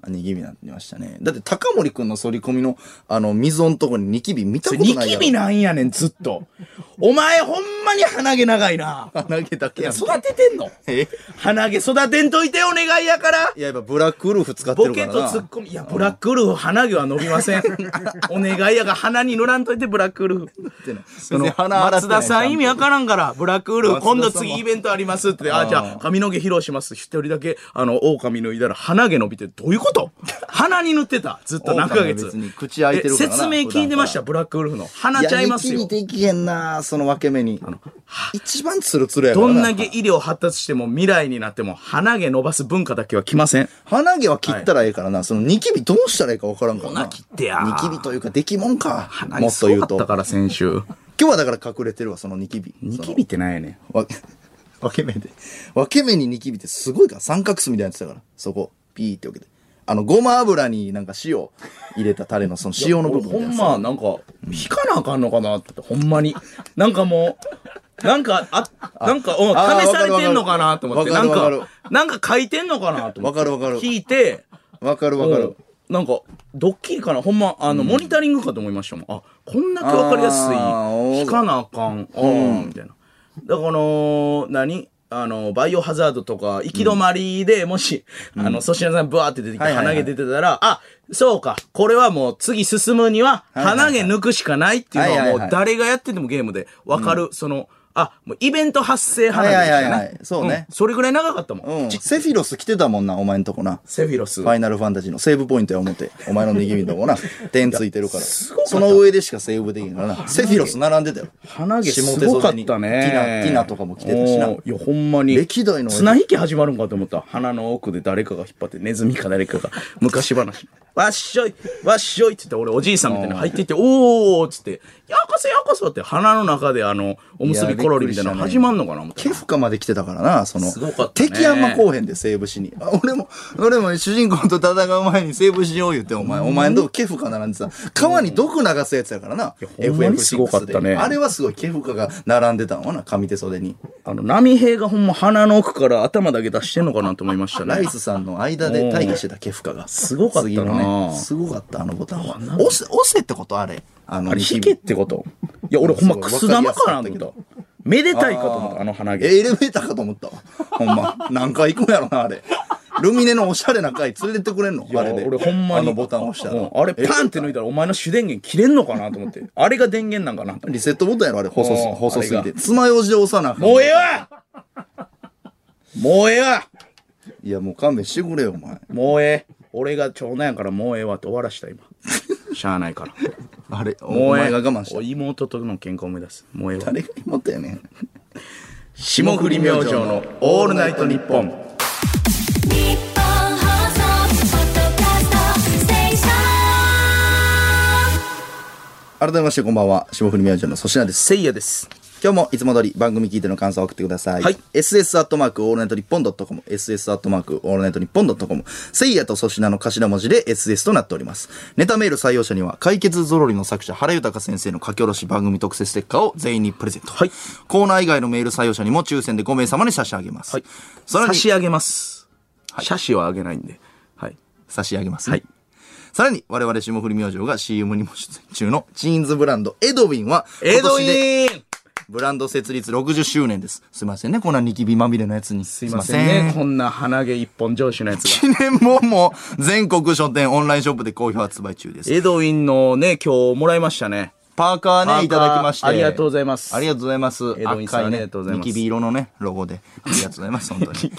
あニキビになってましたね。だって高森くんの反り込みの、あの、溝のとこにニキビ見たことないニやろ。キビなんやねん、ずっと。お前、ほんまに鼻毛長いな。鼻毛だけ いややんけ。育ててん のえ鼻毛育てんといて、お願いやからい。や、やっぱブラックウルフ使ってボるかケらな。とツッコミ。いや、ブラックウルフ、鼻毛は伸び ません。お願いやが鼻に塗らんといて、ブラックウルフ。ってな。そその、松田さん意味わからんから、ブラックウルフ、松田さん今も度次イベントありますって、あ、じゃあ、髪の毛披露します。一人だけ、あの、狼脱いだら鼻毛伸びて、どういうこと鼻に塗ってた。ずっと何ヶ狼は月別に。口開いてるからなえ説明聞いてました、ブラックウルフの。鼻ちゃいますいやよニ。キビできへんな、その分け目に。一番ツルツルやからどな。んだけ医療発達しても未来になっても鼻毛伸ばす文化だけは来ません。鼻毛は切ったらええからな、そのニキビどうしたらええか分からんからな。ほな切ってやニキビというか、できもんか。も鼻毛っとす言ごうかと。った今から先週。日はだから隠れてるわ、その ニキビ。ニキビってなんやねん。そのわ分け目で。分け目にニキビってすごいから、三角巣みたいなやつだから、そこ、ピーって分けて。あの、ごま油になんか塩入れたタレのその塩の部分みたほいなんやつま、なんか、引かなあかんのかなって、ほんまに。なんかもう、なんか、あ、なんか、おあー試されてんのかなと思って、わなかるんわかるか、なんか書いてんのかなと思って。わかるわかる聞いて、わかるわかる。うんなんか、ドッキリかなほんま、あの、モニタリングかと思いましたもん。あ、こんだけわかりやすい。あー引かなあかん。あーみたいな。だから、あのー何あの、バイオハザードとか、行き止まりで、もし、あの、粗品さんブワーって出てきて、はいはいは鼻い毛出てたら、あ、そうか、これはもう次進むには、いはいはい鼻毛抜くしかないっていうはいのはいははもいう誰がやっててもゲームでわかる、その、あ、もうイベント発生鼻毛はでしいたはねいはいはいそうねんそれぐらい長かったもん。うん。セフィロス来てたもんな、お前んとこな。セフィロス。ファイナルファンタジーのセーブポイントや思って、お前の握りのとこ な、点ついてるから。すごかったその上でしかセーブできんからな。セフィロス並んでたよ。鼻毛すごかっ下手た添えにね。ティナ、ティナとかも来てたしな。おーいや、ほんまに。歴代の綱引き始まるんかと思った。鼻の奥で誰かが引っ張って、ネズミか誰かが、 昔話。わっしょいわっしょいって言って、俺おじいさんみたいに入っていって、おーっつって、やっかせやかそって鼻の中であの、おむすびコロリみたいなのいやびっくりしたね始まんのかな思って。ケフカまで来てたからな、その。すごかったね敵あんまこうへんで、西武市に。あ俺も、俺も主人公と戦う前に西武市よう言って、お前、お前んとこケフカ並んでさ、川に毒流すやつやからな。いやほんまにすごかった FF6 ねであれはすごい、ケフカが並んでたんわな、上手袖に。あの、波平がほんま鼻の奥から頭だけ出してんのかなと思いましたラねイ。スさんの間で待機してたケフカが。すごかったなすごかった、あのボタンは。押せ、押せってことあれ。あの、あれ、引けってこといや、俺ほんまくす玉かわかなとりやすかったけ思っどた。めでたいかと思った、あの鼻毛。エレベーターかと思ったわ。ほんま。何回行くんやろな、あれ。ルミネのおしゃれな階連れてってくれんのあれで。俺ほんまに。あのボタン押したうんら。あれパンって抜いたらお前の主電源切れんのかなと思って。あれが電源なんかなと思ってリセットボタンやろ、あれ。放送すおう、放送すぎあれて。爪楊枝で押さ なあかんもうええわ もうええわいや、もう勘弁してくれよ、お前。もうええ。俺が長男やからもうええわって終わらした 今。しゃあないから。あれ、おもうええ。前が我慢したお。妹との健康を目指す。もうええわ。誰が持ったよねん。霜降り明星のオールナイトニッポン。日本放送ポッドキャストステーション改めまして、こんばんは。霜降り明星の粗品です。せいやです。今日もいつも通り番組聞いての感想を送ってください。はい SS アットマークオールナイトニッポンドットコム。SS アットマークオールナイトニッポンドットコム。せいやと粗品の頭文字で SS となっております。ネタメール採用者には解決ぞろりの作者原豊先生の書き下ろし番組特設ステッカーを全員にプレゼント。はいコーナー以外のメール採用者にも抽選で5名様に差し上げます。はい。さら差にし上げます。写真はあげないんで。はい。差し上げます、はい。さらに我々霜降り明星が CM にも出演中のジーンズブランドエドウィンはエドウ今年でィーンブランド設立60周年です。すいませんね、こんなニキビまみれのやつに。すすいませんね。んこんな鼻毛一本上司のやつが。 記念本も全国書店、オンラインショップで好評発売中です。エドウィンのね、今日もらいましたね。パーカーパーカーね、いただきまして。ありがとうございますありがとうございます。エドウィンさ赤んいねありがとうございますニキビ色のね、ロゴで。ありがとうございます、本当 に。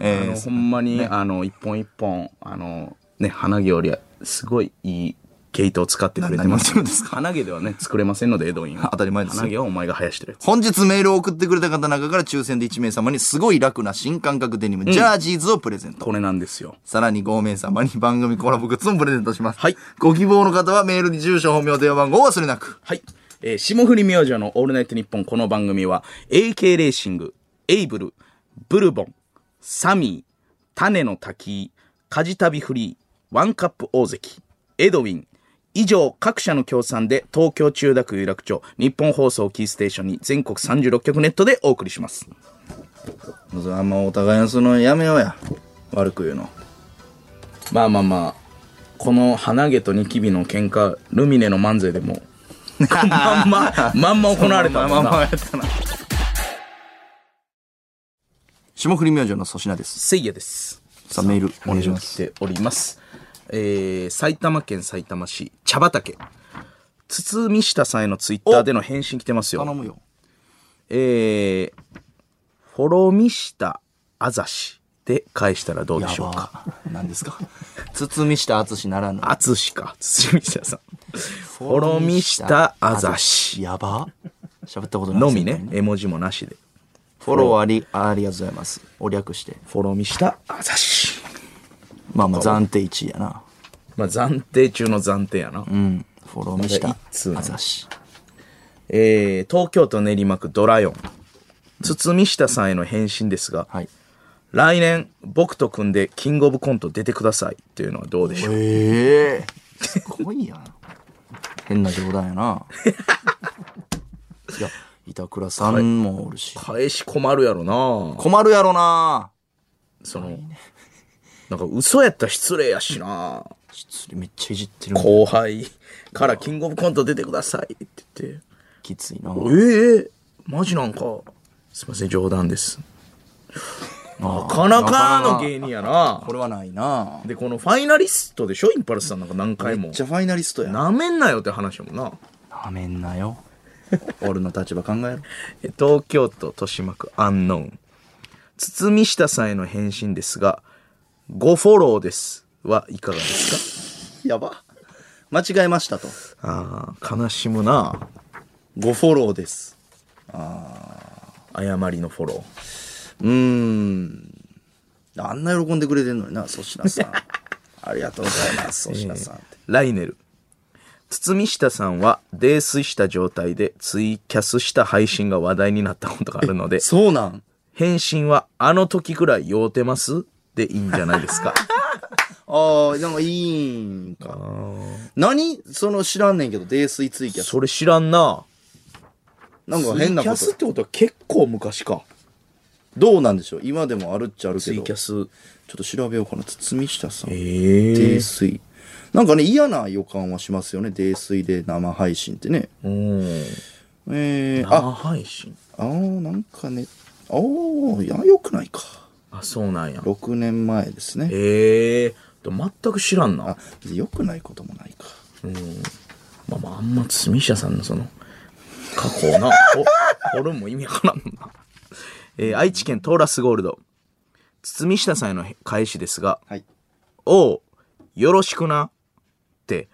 えーあのほんまに、あの、一本一本、あの、ね、花毛よりは、すごいいい毛糸を使ってくれてな何をま言っす。てるんです花毛ではね、作れませんので、エドウィンは。 当たり前ですよ花毛はお前が生やしてるやつ。本日メールを送ってくれた方の中から抽選で1名様にすごい楽な新感覚デニム、ジャージーズをプレゼント。これなんですよ。さらに5名様に番組コラボグッズもプレゼントします。はいご希望の方はメールに住所、本名、電話番号を忘れなく。はい。えー霜降り明星のオールナイトニッポンこの番組は、AK レーシング、エイブル、ブルボン、サミー、種の滝、カジタビフリー、ワンカップ大関、エドウィン、以上各社の協賛で東京千代田区有楽町日本放送キーステーションに全国36局ネットでお送りします。あんまお互いのそのやめようや悪く言うのまあまあまあ、この鼻毛とニキビの喧嘩、ルミネの漫才でも、 まんま、まんま行われたもんな。霜降り明星の粗品ですせいやです。さあメールお願いしますしております。えー、埼玉県埼玉市茶畑。堤下さんへのツイッターでの返信来てます頼よ。むよえー、フォロミ下あざしで返したらどうでしょうか。何ですか 堤下敦ならぬあつしか、堤下さん。フォロミ下あざしやば喋ったことないのみね、絵文字もなしで。フォローありありがとうございますお略してフォロミ下あざし。まあまあ暫定1位やなまあ、暫定中の暫定やな。うんフォロー見したまだ一通なあのざしえー、東京都練馬区ドラヨン。堤下さんへの返信ですが、はい来年僕と組んでキングオブコント出てくださいっていうのはどうでしょうええすごいやん。変な冗談や な。いや、板倉さんもおるし。返し困るやろな困るやろな。そのなんか嘘やったら失礼やしな失礼めっちゃいじってる。後輩からキングオブコント出てくださいって言ってきついな。ええマジなんかすいません冗談ですなかなかの芸人やなこれはないな。でこのファイナリストでしょインパルスさんなんか何回もゃファイナリストやな。なめんなよって話やもんなめんな よ。俺の立場考えろ。え東京都豊島区アンノウン堤下さんへの返信ですが「ごフォローです」はいかがですやば。間違えましたと。かあー悲しむなごフォローです。誤りのフォロうーん。あんな喜んで くれてんのにな、粗品さん。ありがとうございます、粗品さんって。ーライネル堤下さんは泥酔した状態でツイキャスした配信が話題になったことがあるの で、そうなん返信はあの時くらい酔うてますでいいんじゃ ないですか。ああ、なんかいいんか。何その知らんねんけど、泥酔ツイキャス。それ知らんな。なんか変なこツイキャスっと。てことは結構昔か。どうなんでしょう今でもあるっちゃあるけツイど。キちょャス。っと調べようかな。堤下さん。え泥酔。なんかね、嫌な予感はしますよね。泥酔で生配信ってね。うん。えー、あ、生配信。あー、なんかね、あー、いや、よくないか。あ、そうなんや。 6年前ですね。ええー。全く知らんなあ。、よくないこともないか。まあまあ、あんま住社さんのその、過去をな、お、俺も意味わからんもんな。えー愛知県トーラスゴールド。堤下さんへの返しですが、 はい。おう、よろしくな。って、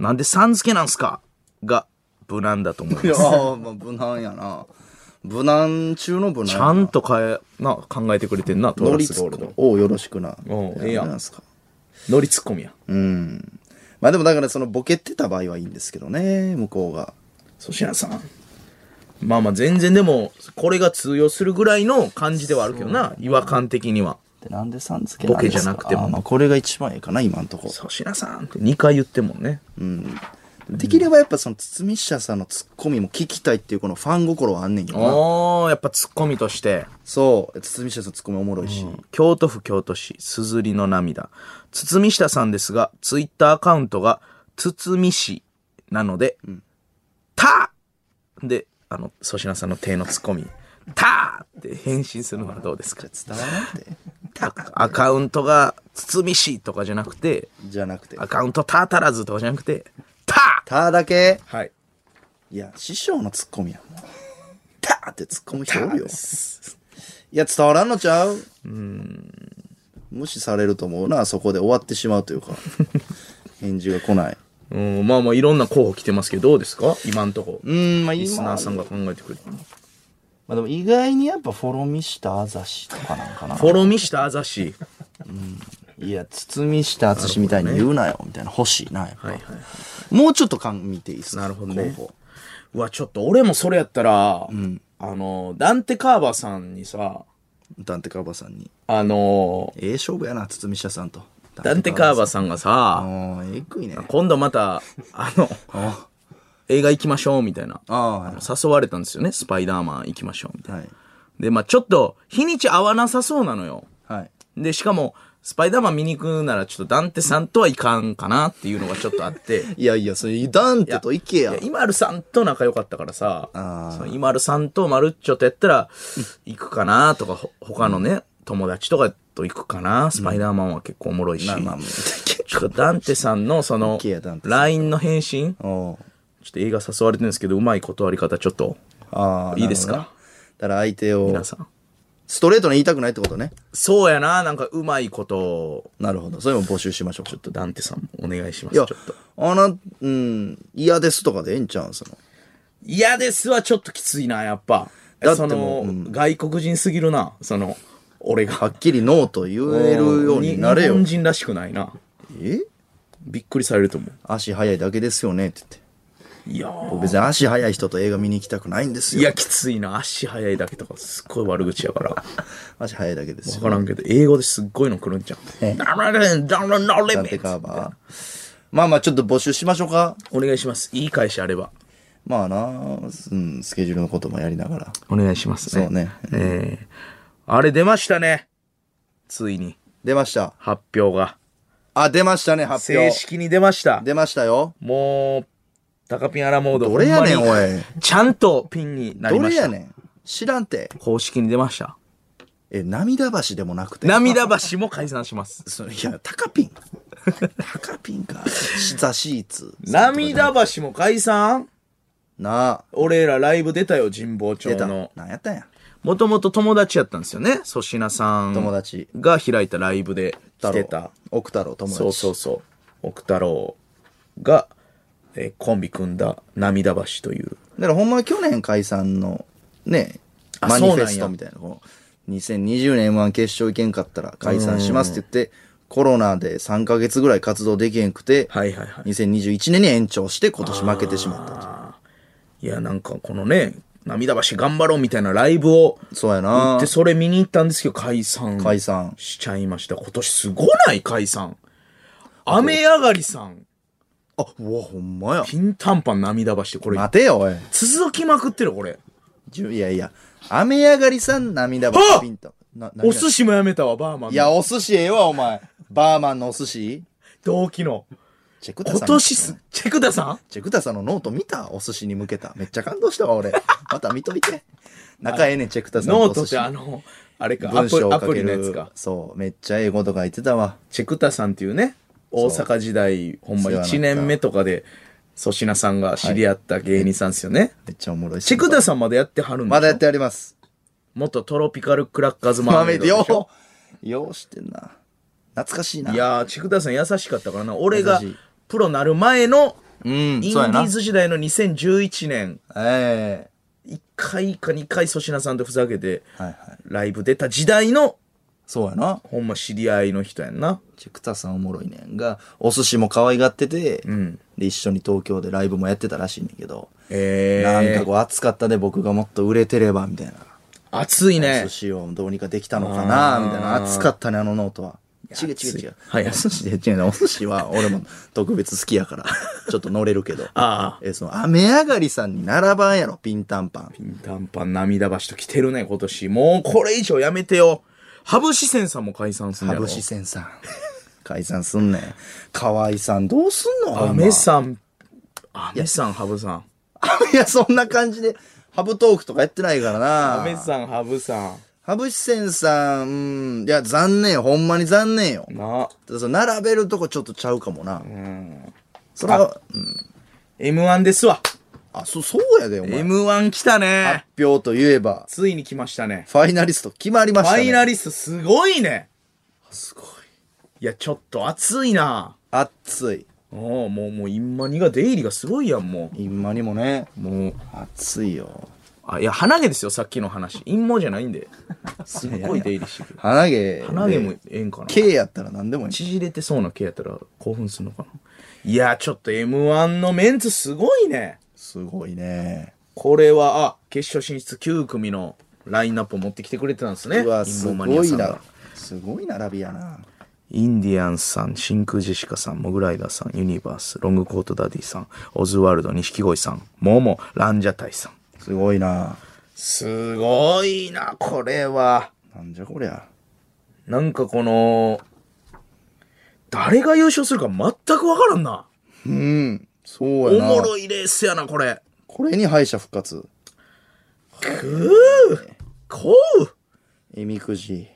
なんでさん付けなんすかが、無難だと思いいまやす。ー、まあ、無難やな。無難中の無難やな。ちゃんと変え、な、考えてくれてんな、トー乗ラりスつゴールくド。おうよろしくな。おういええやんなんすか。乗りツッコミや。うん。まあでもだからそのボケてた場合はいいんですけどね、向こうが。粗品さん。まあまあ、全然でも、これが通用するぐらいの感じではあるけどな、違和感的には。で、なんでさん付けなんですかボケじゃなくてもまあこれが一番ええかな、今んとこ。粗品さんって2回言ってんもんね。できればやっぱその堤下さんのツッコミも聞きたいっていうこのファン心はあんねんけどな。おー、やっぱツッコミとして。そう。堤下さんツッコミおもろいし。京都府京都市、すずりの涙。堤下さんですが、ツイッターアカウントが、堤氏なので、たで、あの、粗品さんの手のツッコミ、たって返信するのはどうですか伝わらんて。アカウントが、堤氏とかじゃなくて、 じゃなくて。アカウントたたらずとかじゃなくて、たただけ。はい。いや、師匠のツッコミや もん。たーってツッコむ人おるよ。いや、伝わらんのちゃううん。無視されると思うな、そこで終わってしまうという か。返事が来ない。うん、まあまあいろんな候補来てますけど、どうですか今んとこ。うん、まあリスナ今ー、さんが考えてくれたの。まあでも意外にやっぱフォロミしたあざしとかなん かな。フォロミしたあざし。いや、堤下敦みたいに言うなよ、みたいな。欲しいな、やっぱ。はいはい。もうちょっと勘見ていいっすかなるほどね候補うわ、ちょっと俺もそれやったら、あの、ダンテ・カーバーさんにさ、ダンテカーバーさんに。あの、ええ勝負やな、堤下さんと。ダンテ・カーバーさんがさ、ああ、えぐいね。今度また、あの、あ映画行きましょうみたいな。ああ、はい。誘われたんですよね、スパイダーマン行きましょうみたいな。はい。で、まあちょっと、日にち合わなさそうなのよ。はい。で、しかも、スパイダーマン見に行くならちょっとダンテさんとはいかんかなっていうのがちょっと あって。いやいや、それ、ダンテと行けやい。や、イマルさんと仲良かったからさ、あーそのイマルさんとマルッチョとやったら、行くかなとか、ほ他のね、友達とかと行くかなスパイダーマンは結構おもろいし。まあまあ、もうちょっとダンテさんのそのいけやダン、テさ LINE の返信、おうちょっと映画誘われてるんですけど、うまい断り方ちょっと、ああ、いいですかなるほどねだから相手を皆、さん。ストレートに言いたくないってことね。そうやな、なんかうまいことを、なるほど。それも募集しましょう。ちょっとダンテさんもお願いします。いやちょっと。、あな、うん、嫌ですとかでええんちゃうんその。嫌ですはちょっときついな、やっぱ。だってそもの、う外国人すぎるな、その、俺がは。っきりノーと言えるようになれ日よ本。人らしくないな。えびっくりされると思足速いだけですよねって言って。う。いやー別に足速い人と映画見に行きたくないんですいよ。や、きついな。足速いだけとか、すっごい悪口やから。わ足速いだけですよ。からんけど、英語ですっごいの来るんじゃん。ダメだよダメだよノーリなんミてッカートバー。まあまあ、ちょっと募集しましょうか。お願いします。いい会社あれば。まあな、うん、スケジュールのこともやりながら。お願いしますね。そうねええあれ出ましたね。ついに、出ました。発表が。あ、出ましたね、発正表。式に出ました。出ましたよ。もう、高ピンアラモード。どれやねん、ほまおにい。ちゃんとピンになりどまれした。やねん。知らんて。公式に出ました。え、涙橋でもなくて。涙橋も解散します。そいや、タカピン。 タカピンか。ザシーツ。 涙橋も解散なあ。俺らライブ出たよ、神保町出た。の。なんやったんや。もともと友達やったんですよね。粗品さん。友達が開いたライブで来太郎てた。。奥太郎友達。そうそうそう。奥太郎が、えーコンビ組んだ涙橋という。だからほんまは去年解散のね、あマニフェスそうなんやトみたいな。この2020年 M1 決勝行けんかったら解散しますって言って、コロナで3ヶ月ぐらい活動できへんくて、はいはいはい。 2021年に延長して今年負けてしまったと。いや、なんかこのね、涙橋頑張ろうみたいなライブを、そうや行なってそれ見に行ったんですけど、解散。解散しちゃいました。今年すごない解散。雨上がりさん、あ、うわ、ほんまや。ピン短パン涙橋ってこれ、待てよ、おい。続きまくってるこれ。じゅいやいや、雨上がりさん涙ばあピンと。な何おが寿司もやめたわ、バーマンの。いや、お寿司ええわ、お前。バーマンのお寿司同期の。チェクタさん。今年す、チェクダさんチェクタさんのノート見たお寿司に向けた。めっちゃ感動したわ、俺。また見といて。仲ええねん、チェクタさんとノおー寿トっ司。てあの、あれか、ア文プ章リ、をアかプけリるのやつか。そう、めっちゃええこと書いてたわ。チェクタさんっていうね、大阪時代、ほん世ま話になった1年目とかで、粗品さんが知り合った芸人さんですよね。めっちゃおもろいし。チェクタさんまだやってはるんでしょまだやってあります。元トロピカルクラッカーズマーメ豆イドででしよょ。う、ようしてんな。懐かしいな。い、やー、チェクタさん優しかったからな。俺が優しいプロなる前の、うん、インデそうやィなー。ズ時代の2011年、え1回か2回粗品さんとふざけて、えはいはい。ライブ出た時代の、そうやな。ほんま知り合いの人やんな。チェクタさんおもろいねんが、お寿司も可愛がってて、んで、一緒に東京でライブもやってたらしいねんだけど、えー、なんかこう熱かったね、僕がもっと売れてれば、みたいな。熱いおね寿。司をどうにかできたのかな、みたいな。熱かったね、あのノートは。違う違う熱い違う。はいはいお寿司で、 違うね、お寿司は俺も特別好きや から、ちょっと乗れるけど。ああ。え、その、雨上がりさんに並ばんやろ、ピンタンパン。短パン涙橋と来てるね、今年。もうこれ以上やめてよ。羽生四川さんも解散する羽んやろ。生四川さん。解散すんねん。河合さん、どうすんのアメさん、アメさん、ハブさん。 いや、そんな感じで、ハブトークとかやってないからアメな。さん、ハブさハブ四川さん、うんいや、残念よ。ほんまに残念よん。。な、ただその並べるとこちょっとちゃうかもな。それは、うん M1 ですわ。あ、そ、そうやで、お前。 M1 来たね発。表といえば、ついに来ましたね。ファイナリスト決まりまフしたね。ァイナリストすごいね。すごい。いや、ちょっと熱いな。熱い。おうもう、もう、インマニが出入りがすごいやん、も今にもね、う。もう、熱いよ。あ、いや、鼻毛ですよ、さっきの話。陰毛じゃないん で。すっごい出入りしてくる。鼻毛。鼻毛も。ええんかな。毛やったら何でもいい。縮れてそうな毛やったら興奮するのかな。いや、ちょっと M1 のメンツすごいね。すごいね。これは、あ、決勝進出9組のラインナップを持ってきてくれてたんですね。うわ、インすボーごマニアいさんなが。。すごい並びやな。インディアンスさん、真空ジェシカさん、モグライダーさん、ユニバース、ロングコートダディさん、オズワルド、錦鯉さん、モモ、ランジャタイさん。すごいな。すごいな、これは。なんじゃこりゃ。なんかこの、誰が優勝するか全くわからんな。うん。そうおやな。もろいレースやな、これ。これに敗者復活。こうえみくじ。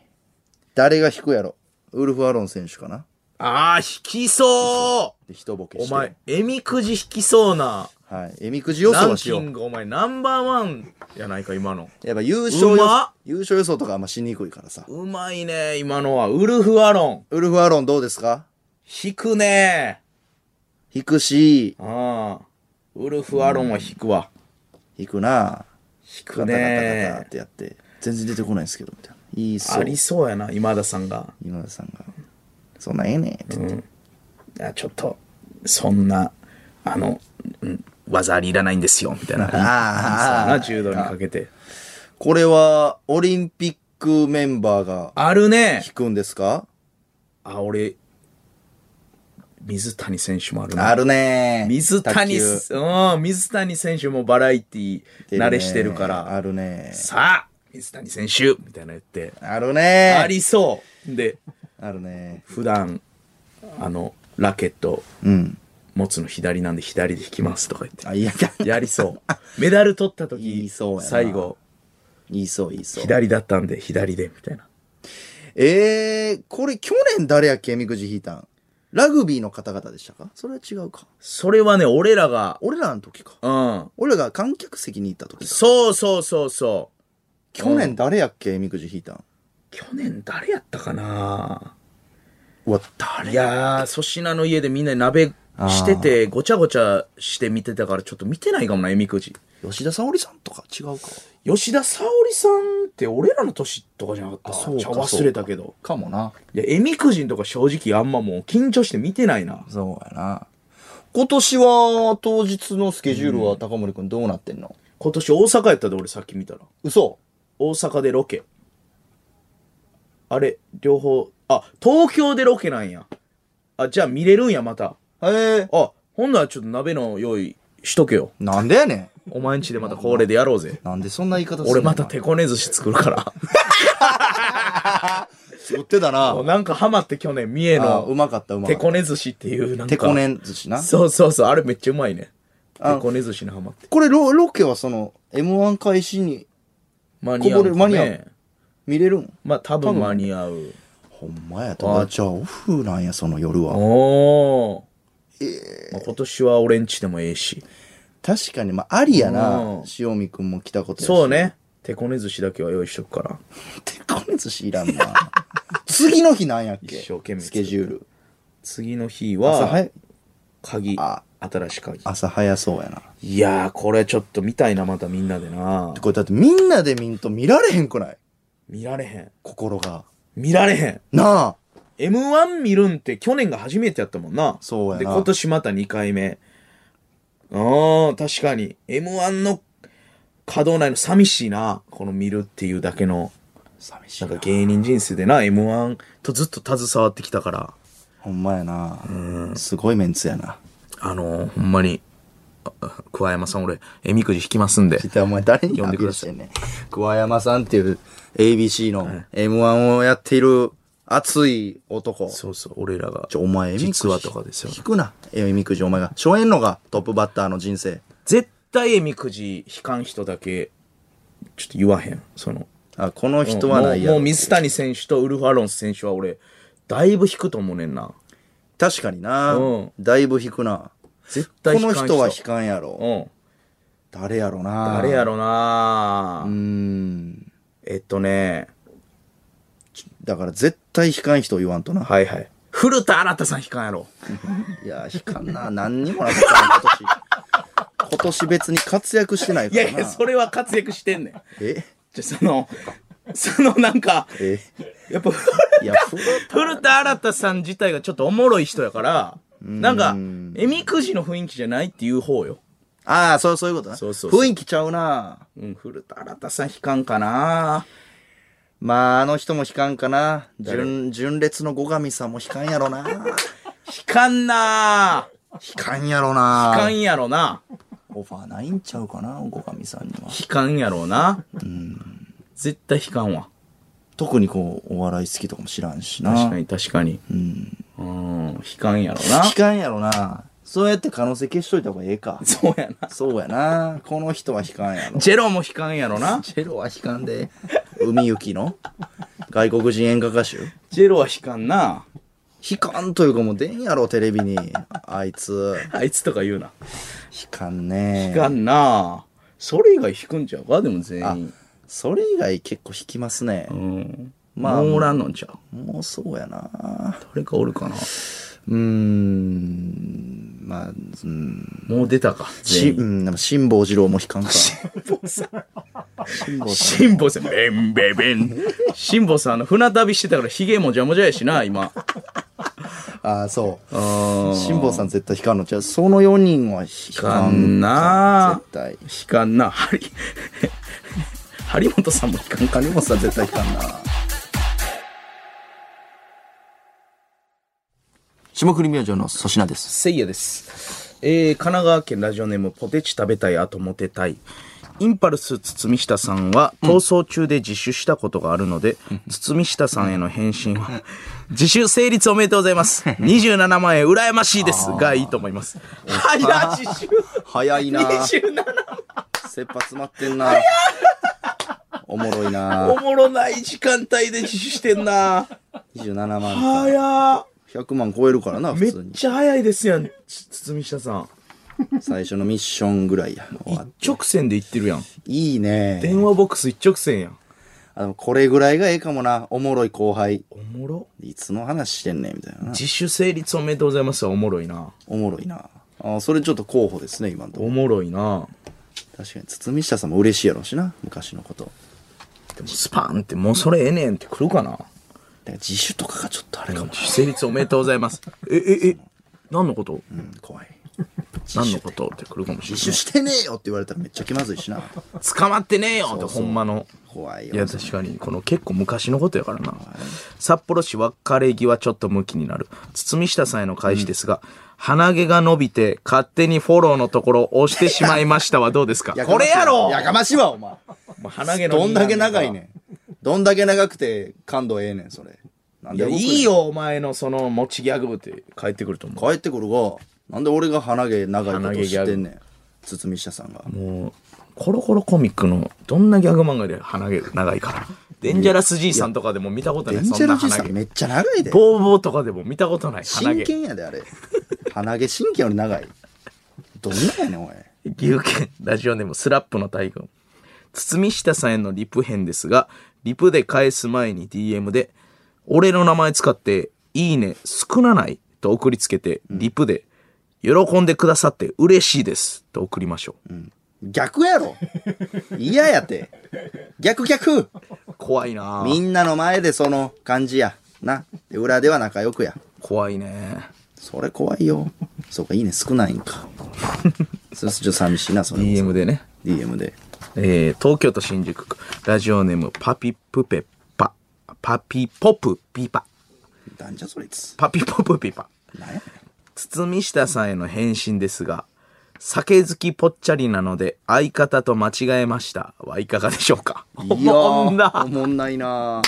誰が引くやろウルフ・アロン選手かなあー、引きそうで、一ボケおして。前、えみくじ引きそうな。はい。えみくじ予想ランはしよキうン。グ、お前、ナンバーワンやないか、今の。やっぱ優勝予うまっ想、優勝予想とかあんましにくいからさ。うまいね、今のは。ウルフ・アロン。ウルフ・アロンどうですか引くね引くし、ああ。ウルフ・アロンは引くわ。引くな。引ガくタガタガタっねてやって。全然出てこないんですけど、みたいな。いいそあう。りそうやな、今田さんが。今田さんが。そんなんええねんって言って。いや、ちょっと、そんな、あの、うん、技ありいらないんですよ、みたいな。あーな、柔道にかけて。これは、オリンピックメンバーがあるね引くんですかあ、俺、水谷選手もあるなあるねー水谷卓球す、うん、水谷選手もバラエティ出るね慣れしてるから。あるねさあ、水谷選手みたいな言って。あるねありそう。で、あるね普段あのラケットうん持つの左なんで左で引きますとか言ってあいややり そうメダル取った言い時そうやな最後いいそういいそう左だったんで左でみたいなえー、これ去年誰やっけみくじ引いたんラグビーの方々でしたかそれは違うかそれはね俺らが俺らの時かうん俺らが観客席に行った時かそうそうそうそう去年誰やっけみくじ引いたん去年誰やったかなうわ誰いやー粗品の家でみんなで鍋しててごちゃごちゃして見てたからちょっと見てないかもなえみくじ吉田沙保里さんとか違うか。吉田沙保里さんって俺らの年とかじゃなかったそうかちょ忘れたけど。かもな。いや、えみくじんとか正直あんまもう緊張して見てないな。そうやな。今年は当日のスケジュールは高森くんどうなってんの、今年大阪やったで俺さっき見たら。嘘大阪でロケ。あれ、両方、あ、東京でロケなんや。あ、じゃあ見れるんや、また。へえ。あ、ほんならちょっと鍋の用意しとけよ。なんでやねん。お前んちでまた恒例でやろうぜ。なんでそんな言い方する俺また手こね寿司作るから。言ってたな。なんかハマって去年、三重あのうまかった、うまか手っこね寿司っていうなんた。か。てこねん寿司な。そうそうそう、あれめっちゃうまいね。あ手こね寿司にハマって。これロ、ロケはその、M1 開始に間に合こう、ぼね。れ間に合う見れるんまあ多分間に合う。ほんまやと。あ、じゃあオフなんや、その夜は。おー。まあ、今年は俺んちでもええし。確かに、まあ、ありやうな。ん塩見くんも来たことやしそう。ね。手こね寿司だけは用意しとくから。てこね寿司いらん な。次の日なんやっけ一生懸命スケジュール。次の日朝早は、い、鍵。あ新しい鍵。朝早そうやな。いやー、これちょっと見たいな、またみんなでな。これだってみんなで見んと見られへんくない見られへん。心が。見られへん。なあ。 M1 見るんって去年が初めてやったもんな。そうやなで、今年また2回目。あー、確かに。M1 の稼働内の寂しいな。この見るっていうだけの。寂しいなんかな。芸人人生でな、M1 とずっと携わってきたから。ほんまやな。すごいメンツやな。あのー、ほんまに、あ桑山さん俺、えみくじ引きますんで。ってお前誰に呼んでくださいねん。桑山さんっていう ABC の M1 をやっている熱い男。そうそう、俺らがち。ょ、お前、実はとかですよ聞くな。えみくじ、お前が。初演のがトップバッターの人生。絶対えみくじ引かん人だけ、ちょっと言わへん。その、あ、この人はないやもうもろう。水谷選手とウルフ・アロンス選手は俺、だいぶ引くと思うねんな。確かになうん。だいぶ引くな。絶こ対引かのん人は引かんやろ。うん。誰やろな。あれやろ。ろなうーん。えっとね、だから絶対引かん人言わんとな。はいはい。古田新太さん引かんやろ。いや、引かんな。 何にもなかったな、今年。今年別に活躍してないいからやな。いや、それは活躍してんねん。え じゃ、その、そのなんか、えやっ ぱ、いや、ふ古田新太さん自体がちょっとおもろい人やから、なんか、えみくじの雰囲気じゃないっていう方よ。ああ、そう、そういうことな。そうそうそう雰囲気ちゃうな。うん、古田新太さん引かんかなまあ、あの人も悲観かな。純、純烈の後上さんも悲観やろな。悲引かんな観やろ引かな。んやろな。オファーないんちゃうかな、後上さんには。引かんやろうな。絶対引かんわ。特にこう、お笑い好きとかも知らんしな。確かに確かに。うん。引かんやろうな。悲。観やろな。そうやって可能性消しといた方がええかそうやな。そうやな。この人は悲観やろ。ジェロも引かんやろな。ェロは悲観で。海行きの外国人演歌歌手ジェロは引かんな。悲観というかもう出んやろ、テレビに。あいつ。あいつとか言うな。悲観ね。引かんな。それ以外引くんちゃうかでも全員。それ以外結構引きますね。うん。まあもうおらんのんちゃう。もうそうやな。誰かおるかな。うーん。まあ、うん。もう出たか。し、全う 員ん、でも辛坊二郎も引かんか。辛坊さん。辛抱さん、ベンベベン。辛抱さん、あの、船旅してたからヒゲもじゃもじゃやしな、今。 ああ、そう。うん。辛坊さん絶対引かんの。じゃあ、その4人は引かかんんな絶対。引かんな。ハ リ、張本さんも引かんか。金本さん絶対引かんな。霜降り明星の粗品です。せいやです。えー、神奈川県ラジオネーム、ポテチ食べたい、あとモテたい。インパルス堤下さんは、逃走中で自首したことがあるので、堤下さんへの返信は、 自首成立おめでとうございます。27万円、羨ましいです。が、いいと思います。はい、自首。早いな。 27切羽詰まってんな。おもろいな。おもろない時間帯で自首してんな。 27万か。早っ100万超えるからな、め普通っに。ちゃ早いですやん、つ堤下さん。最初のミッションぐらいや。終わっ一直線で行ってるやん。いいね。電話ボックス一直線やん。あの、これぐらいがええかもな。おもろい後輩。おもろ。いつの話してんねん、みたいな。自主成立おめでとうございますはおもろいな。おもろいな。あそれちょっと候補ですね、今のとこおもろいな。確かに、堤下さんも嬉しいやろうしな、昔のこと。でもスパーンってもうそれええねんって来るかなだから自主とかがちょっとあれかもし成立おめでとうございます。え、え、え、何のことれない。うん、怖 い。何のことって来るかもし自れ首なしてねえよって言われたらめっちゃ気まずいしな。い。捕まってねえよってほんまの。 怖いよ。いや、確かに、この結構昔のことやからな。札幌市別れ際ちょっと向きになる。堤下さんへの返しですが、鼻毛が伸びて勝手にフォローのところを押してしまいましたはどうですかやかこましれいやろやかましいわ、 お前。もう鼻毛のどんだけ長いねん。どんだけ長くて感度ええねん、それ。なんいでや、動いくねんい。よ、お前のその持ちギャグって帰ってくると思帰ってくるが、なんで俺が鼻毛長いこと知ってんねん。堤下さんが。う。もう、コロコロコミックのどんなギャグ漫画で鼻毛長いから。デンジャラス爺さんとかでも見たことデなンい。ジそャんなラジ鼻さん毛。めっちゃ長いで。ボーボーとかでも見たことない鼻真毛。剣やで、あれ。鼻毛真剣より長い。どんなやねん、おい。岐阜県ラジオネームスラップの大群堤下さんへのリプ編ですがリプで返す前に DM で「俺の名前使っていいね少なない」と送りつけて、リプで「喜んでくださって嬉しいです」と送りましょう、逆やろ。嫌やて。逆逆。怖いなみぁんなの前でその感じや。な。で裏では仲良くや。怖いねそれ怖いよ。そうか、いいね少ないん か。そうすると寂しいな、それも。 DM でね、 DM で。えー東京都新宿区ラジオネームパピプペパパピポプピパなんじゃそいつ。パピポプピパなんや堤下さんへの返信ですが、酒好きぽっちゃりなので相方と間違えましたはいかがでしょうかおいやーもんなおもんないな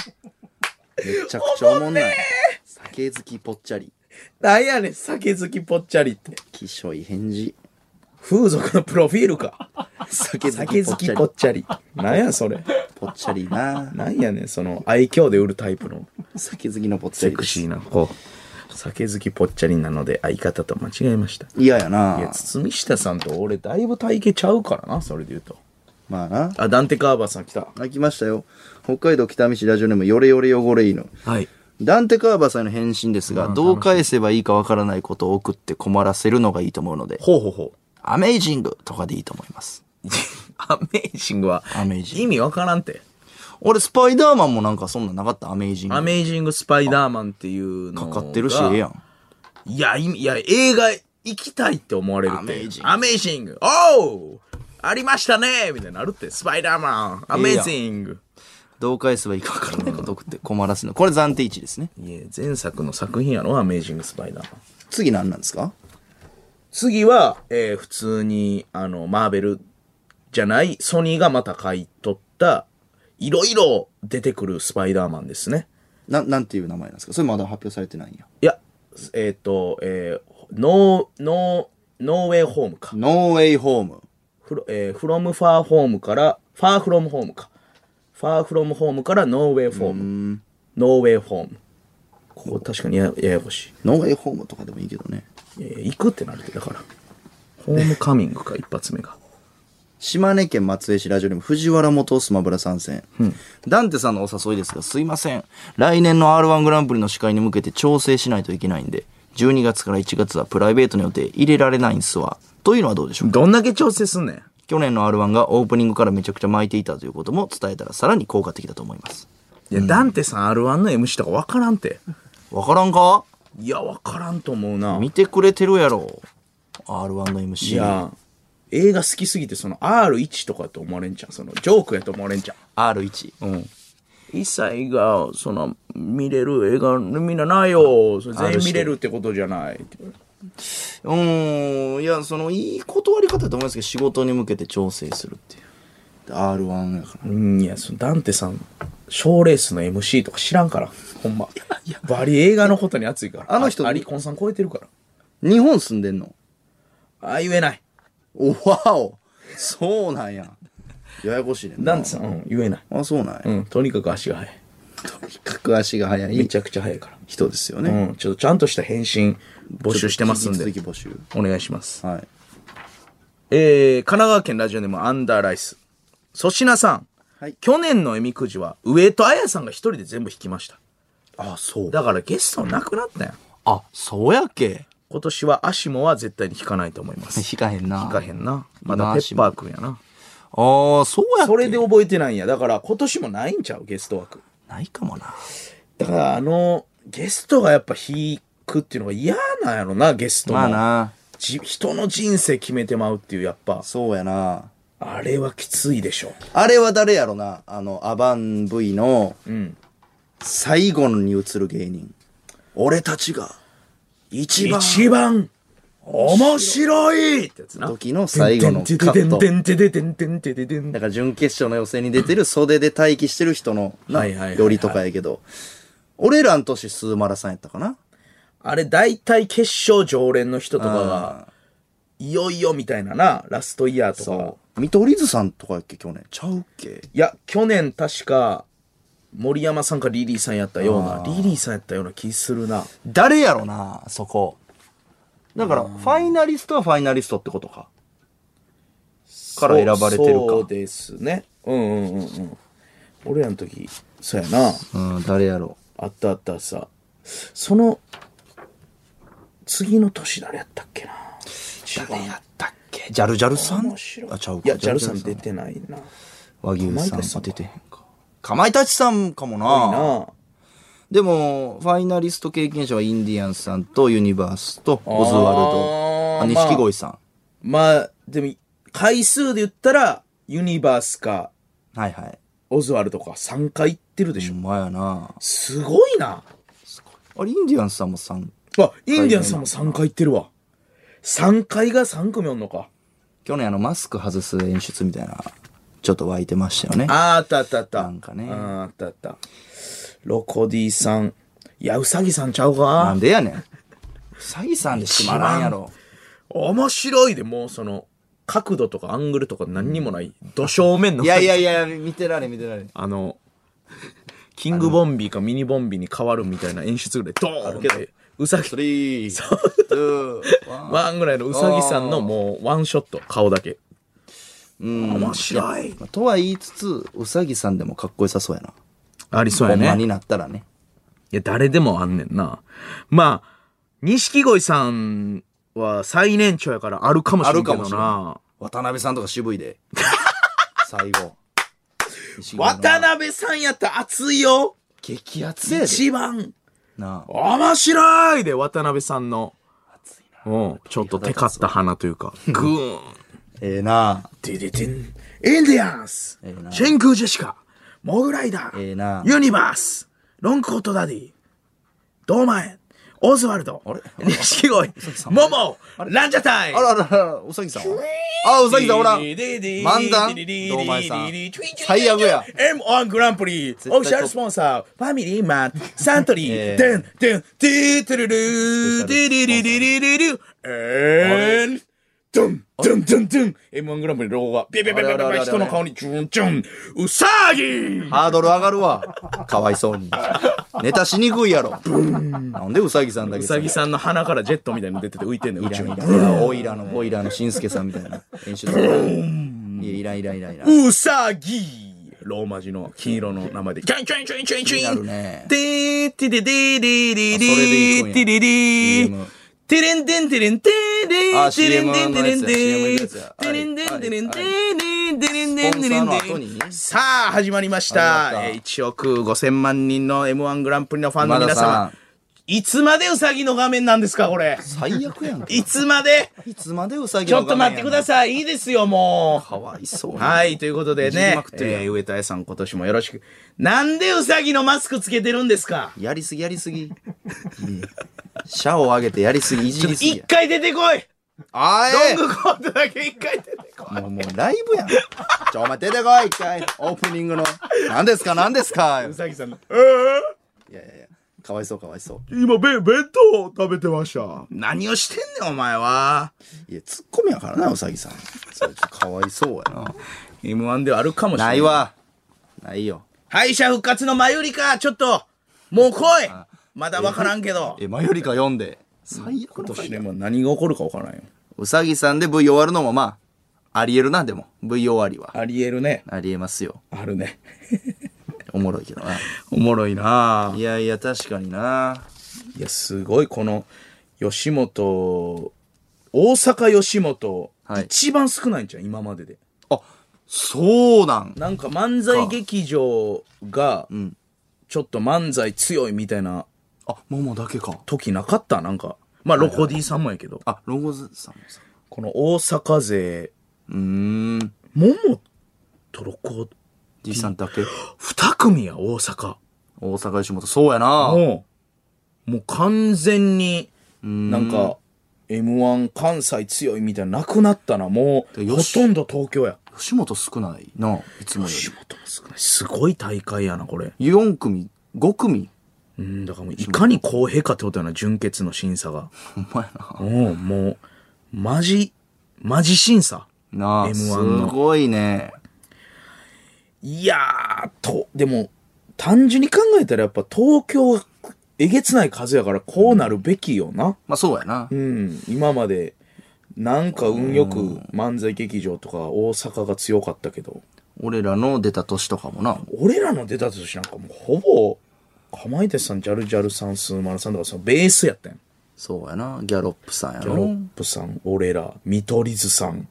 めちゃくちゃおもんない。酒好きぽっちゃり。なんやねん、酒好きぽっちゃりって。きしょい返事。風俗のプロフィールか。酒酒好きぽっちゃり。なんやそれ。ぽっちゃりななんやねん、その愛嬌で売るタイプの酒好きのぽっちゃセりでクす。シーな子。酒好きぽっちゃりなので相方と間違えました。嫌やいや、な堤下さんと俺だいぶ体型ちゃうからな、それで言うと。まあな。あ、ダンテカーバーさん来た。あ、来ましたよ。北海道北見市ラジオネームヨレヨレ汚れ犬。はい。ダンテカーバーさんへの返信ですが、どう返せばいいかわからないことを送って困らせるのがいいと思うので、ほうほうほう。アメイジングとかでいいと思います。 アメイジングはアメイジング意味わからんて。俺、スパイダーマンもなんかそんなんなかった、アメイジング。アメイジングスパイダーマンっていうのかがかってるし、ええやん。いや、意味、いや、映画行きたいって思われるって。アメイジングアメイジング。おうありましたねみたいになるって。スパイダーマン。アメイジング。どう返せばいいかわからないことを送って困らせるの。これ暫定1ですね。いや、前作の作品やろアメイジングスパイダーマン。次何なんですか次は、えー普通に、あの、マーベルじゃない、ソニーがまた買い取った、いろいろ出てくるスパイダーマンですね。な、なんていう名前なんですかそれまだ発表されてないんや。いや、えっ、と、えー、ノー、ノー、ノーウェイホームか。ノーウェイホーム。フロ,、えー、フロムファーホームから、ファーフロムホームか。ファーフロムホームからノーウェイホーム。ノーウェイホーム。ここ確かにやややこしノーウェイホームとかでもいいけどね。い。えー行くってなるって、だから。ホームカミングか、一発目が。島根県松江市ラジオネーム藤原元スマブラ参戦、ダンテさんのお誘いですがすいません来年の r 1グランプリの司会に向けて調整しないといけないんで12月から1月はプライベートの予定入れられないんすわというのはどうでしょうかどんだけ調整すんねん。去年の r 1がオープニングからめちゃくちゃ巻いていたということも伝えたらさらに効果的だと思いますいや、ダンテさん R1 の MC とかわからんて。わからんかいや、わからんと思うな。見てくれてるやろ r 1の MC いや、映画好きすぎて、その R1 とかって思われんじゃん。その、ジョークやと思われんじゃん。 R1 うん。一切が、その、見れる映画、みんなないよ。それ全員見れるってことじゃない。ってうーんいやそのいい断り方だと思いますけど仕事に向けて調整するっていう r 1やからうん、いや、その、ダンテさん、賞ーレースの MC とか知らんから。ほんま。バリ映画のことに熱いから。あの人アリコンさん超えてるから。日本住んでんのああ、言えない。おわおそうなんや ややこしいねんなダンテさん、うん、言えない。あそうなんや、うん、とにかく足が速い。とにかく足が速めいちゃくちゃ速いから。人ですよね、うん、ちょっとちゃんとした返信募集してますん引でき、続き募集お願いします。はいえー、神奈川県ラジオネームアンダーライス。粗品さん、はい去年のえみくじは、上戸彩さんが一人で全部引きました。あそうだからゲストなくなったやん。あそうやっけ今年はアシモは絶対に引かないと思います。引かへんな。引かへんな。ま今だペ足ッもパーくんやな。ああ、そうやっけそれで覚えてないんや。だから今年もないんちゃうゲスト枠。ないかもな。だからあの、ゲストがやっぱ引くっていうのが嫌なんやろな、ゲストも。まあな。じ人の人生決めてまうっていう、やっぱ。そうやな。あれはきついでしょ。あれは誰やろなあの、アバン V のうん。最後に映る芸人。俺たちが一番一番面白いってやつな。時の最後のカット。てんてんてんてんてんてんてんてんてんてんだから準決勝の予選に出てる袖で待機してる人のな、はいはいはいはいよりとかやけど、俺らの年スーマラさんやったかなあれ、大体決勝常連の人とかが、いよいよみたいなな、ラストイヤーとか。そう。見取り図さんとかやっけ去年。ちゃうっけいや、去年確か、森山さんかリリーさんやったような、リリーさんやったような気するな。誰やろなそこ。だから、ファイナリストはファイナリストってことか。から選ばれてるかそうそうですね。うんうんうんうん。俺らの時、そうやな。うん、誰やろあったあったさ。その、次の年誰やったっけな。一番やったっけジャルジャルさん面白い。あ、ちゃうか。いや、ジャルさん出てないな。和牛かまいさんたちさはんか出てへんか。かまいたちさんかもな。なあ。でも、ファイナリスト経験者はインディアンスさんとユニバースとオズワあルド。ーあ、錦鯉さん。まあ、でも、回数で言ったら、ユニバースか、はいはい。オズワルドか3回行ってるでしほょ。んまやな。すごいな。あれ、インディアンスさんもさん。あ、インディアンスさんも3回行ってるわ。3回が3組おんのか。去年あの、マスク外す演出みたいな、ちょっと湧いてましたよね。あーあったあったあった。なんかねあーあったあった。ロコディさん。いや、ウサギさんちゃうなかんでやねん。うさぎさんでしまらんやろ。面白いで、もうその、角度とかアングルとか何にもない、土正面の。いやいやいや、見てられん見てられん。あの、キングボンビーかミニボンビーに変わるみたいな演出ぐらい、ドーンって、ウサギ、 3、2、1。ワンぐらいのウサギさんのもうワンショット、顔だけ。うん面白い。まあとは言いつつ、うさぎさんでもかっこよさそうやな。ありそうほやんまね。にいなったらね。や、誰でもあんねんな。まあ、錦鯉さんは最年長やからあるかもしあれるんけかもどしれなな。い。渡辺さんとか渋い で。最後。渡辺さんやったら熱いよ激アツやで。一番なあ。面白いで、渡辺さんの。うん、ちょっとテカった鼻というか、グーン。ええなあ。デデデン。インディアンス、ええな真空ジェシカ、モグライダー、ええなユニバース、ロングコートダディ、ドーマエン、オズワルド、錦鯉、モモ、ランジャタイ。あらあらあら、うさぎさんはあ、うさぎさんおらん。ディディディ漫談ディディディ堂前さんディディディディディ最悪や M1 グランプリ、オフィシャルスポンサー、ファミリーマート、サントリええー、デン、デン、ディトゥルルー、ディディディディディディディ、えーん、ドン、ドン、ドン、ドン、M1 グランプリ、ロゴが、ビャビャビャビあャビれあれあれあャ、れ人の顔に、チュンチュン、ウサギハードル上がるわ。かわいそうに。ネタしにくいやろ。なんでうさぎさんだけウサギさんの鼻からジェットみたいに出てて浮いてんねん、宇宙に。いやオイラの、オイラのしんすけさんみたいな演出。いや、いらんいらんいらんいらん。ウサギローマ字の金色の名前で、チュンチュンチュンチュンチュン気になるねでーてででーでーでーであそれでいーくんやでーでー CM てれんてんてれんてーでーあ CM てれんてんてれんてのやーつやてれんてんてれんてーはでーてれんてんてれんてースポンサーの後にねさあ、始まりまし始まったた。えー1億5000万人の M1 グランプリのファンの今皆田さ様ん。。いつまでウサギの画面なんですか、これ。最悪やん。いつまでいつまでうさぎちょっと待ってくだささい。いいですよ、もう。かわいそうにはい、ということでじりねまく、ってるやんえー、上田屋さん今年もよろしく。なんでウサギのマスクつけてるんですかやりすぎやりすぎ。シャを上げてやりすぎ、いじりすぎ一や。回出てこいあロンえグコートだけ一回出てこいもうもうライブやん。ちょ、お前出てこい、一回。オープニングの。何ですか何ですかウサギさんの、えー、いやいやいや。かわいそうかわいそう。今べ弁当を食べてました。何をしてんねん、お前は。いや、ツッコミやからな、うさぎさん。それちょっとかわいそうやな。 M1 ではあるかもしれな。ないい。わ。ないよ。敗者復活の前よりか、ちょっと、もう来いまだわからんけど。え、前よりか読んで。最悪の今回年ね、もう何が起こるかわからんよ。うさぎさんで V 終わるのもまあ、ありえるな、でも。V 終わりは。ありえるね。ありえますよ。あるね。おもろいけどな。おもろいなぁいやいや、確かにな。いや、すごい、この、吉本、大阪吉本、はい一番少ないんちゃう今までで。あ、そうなん。なんか漫才劇場が、んちょっと漫才強いみたいなあ、ももだけか。時なかったなんか。まあ、ロコディさんもやけど。あ、ロゴズさんもさ。この大阪勢、うーん。ももとロコ、 D さんだけ。二組や、大阪。大阪吉本、そうやな。もう、もう完全に、なんか、M1 関西強いみたいな、なくなったな。もう、でほよしとんど東京や。吉本少ないな、いつもよ吉本も少ない。すごい大会やな、これ。り。4組、5組。うん、だからもう、いかに公平かってことやな、純潔の審査が。ほんまやな。うん、もう、マジ、マジ審査。なあ、 M1 すのごいね。いやー、と、でも、単純に考えたらやっぱ東京はえげつない数やから、こうなるべきよな。まあそうやなう。ん、今まで、なんか運よく漫才劇場とか大阪が強かったけど、俺らの出た年とかもな。俺らの出た年なんかもうほぼ、かまいたちさん、ジャルジャルさん、スーマルさんとかそのベースやったやん。そうやな。ギャロップさんやギャロろ。ップさん、俺ら、見取り図さん。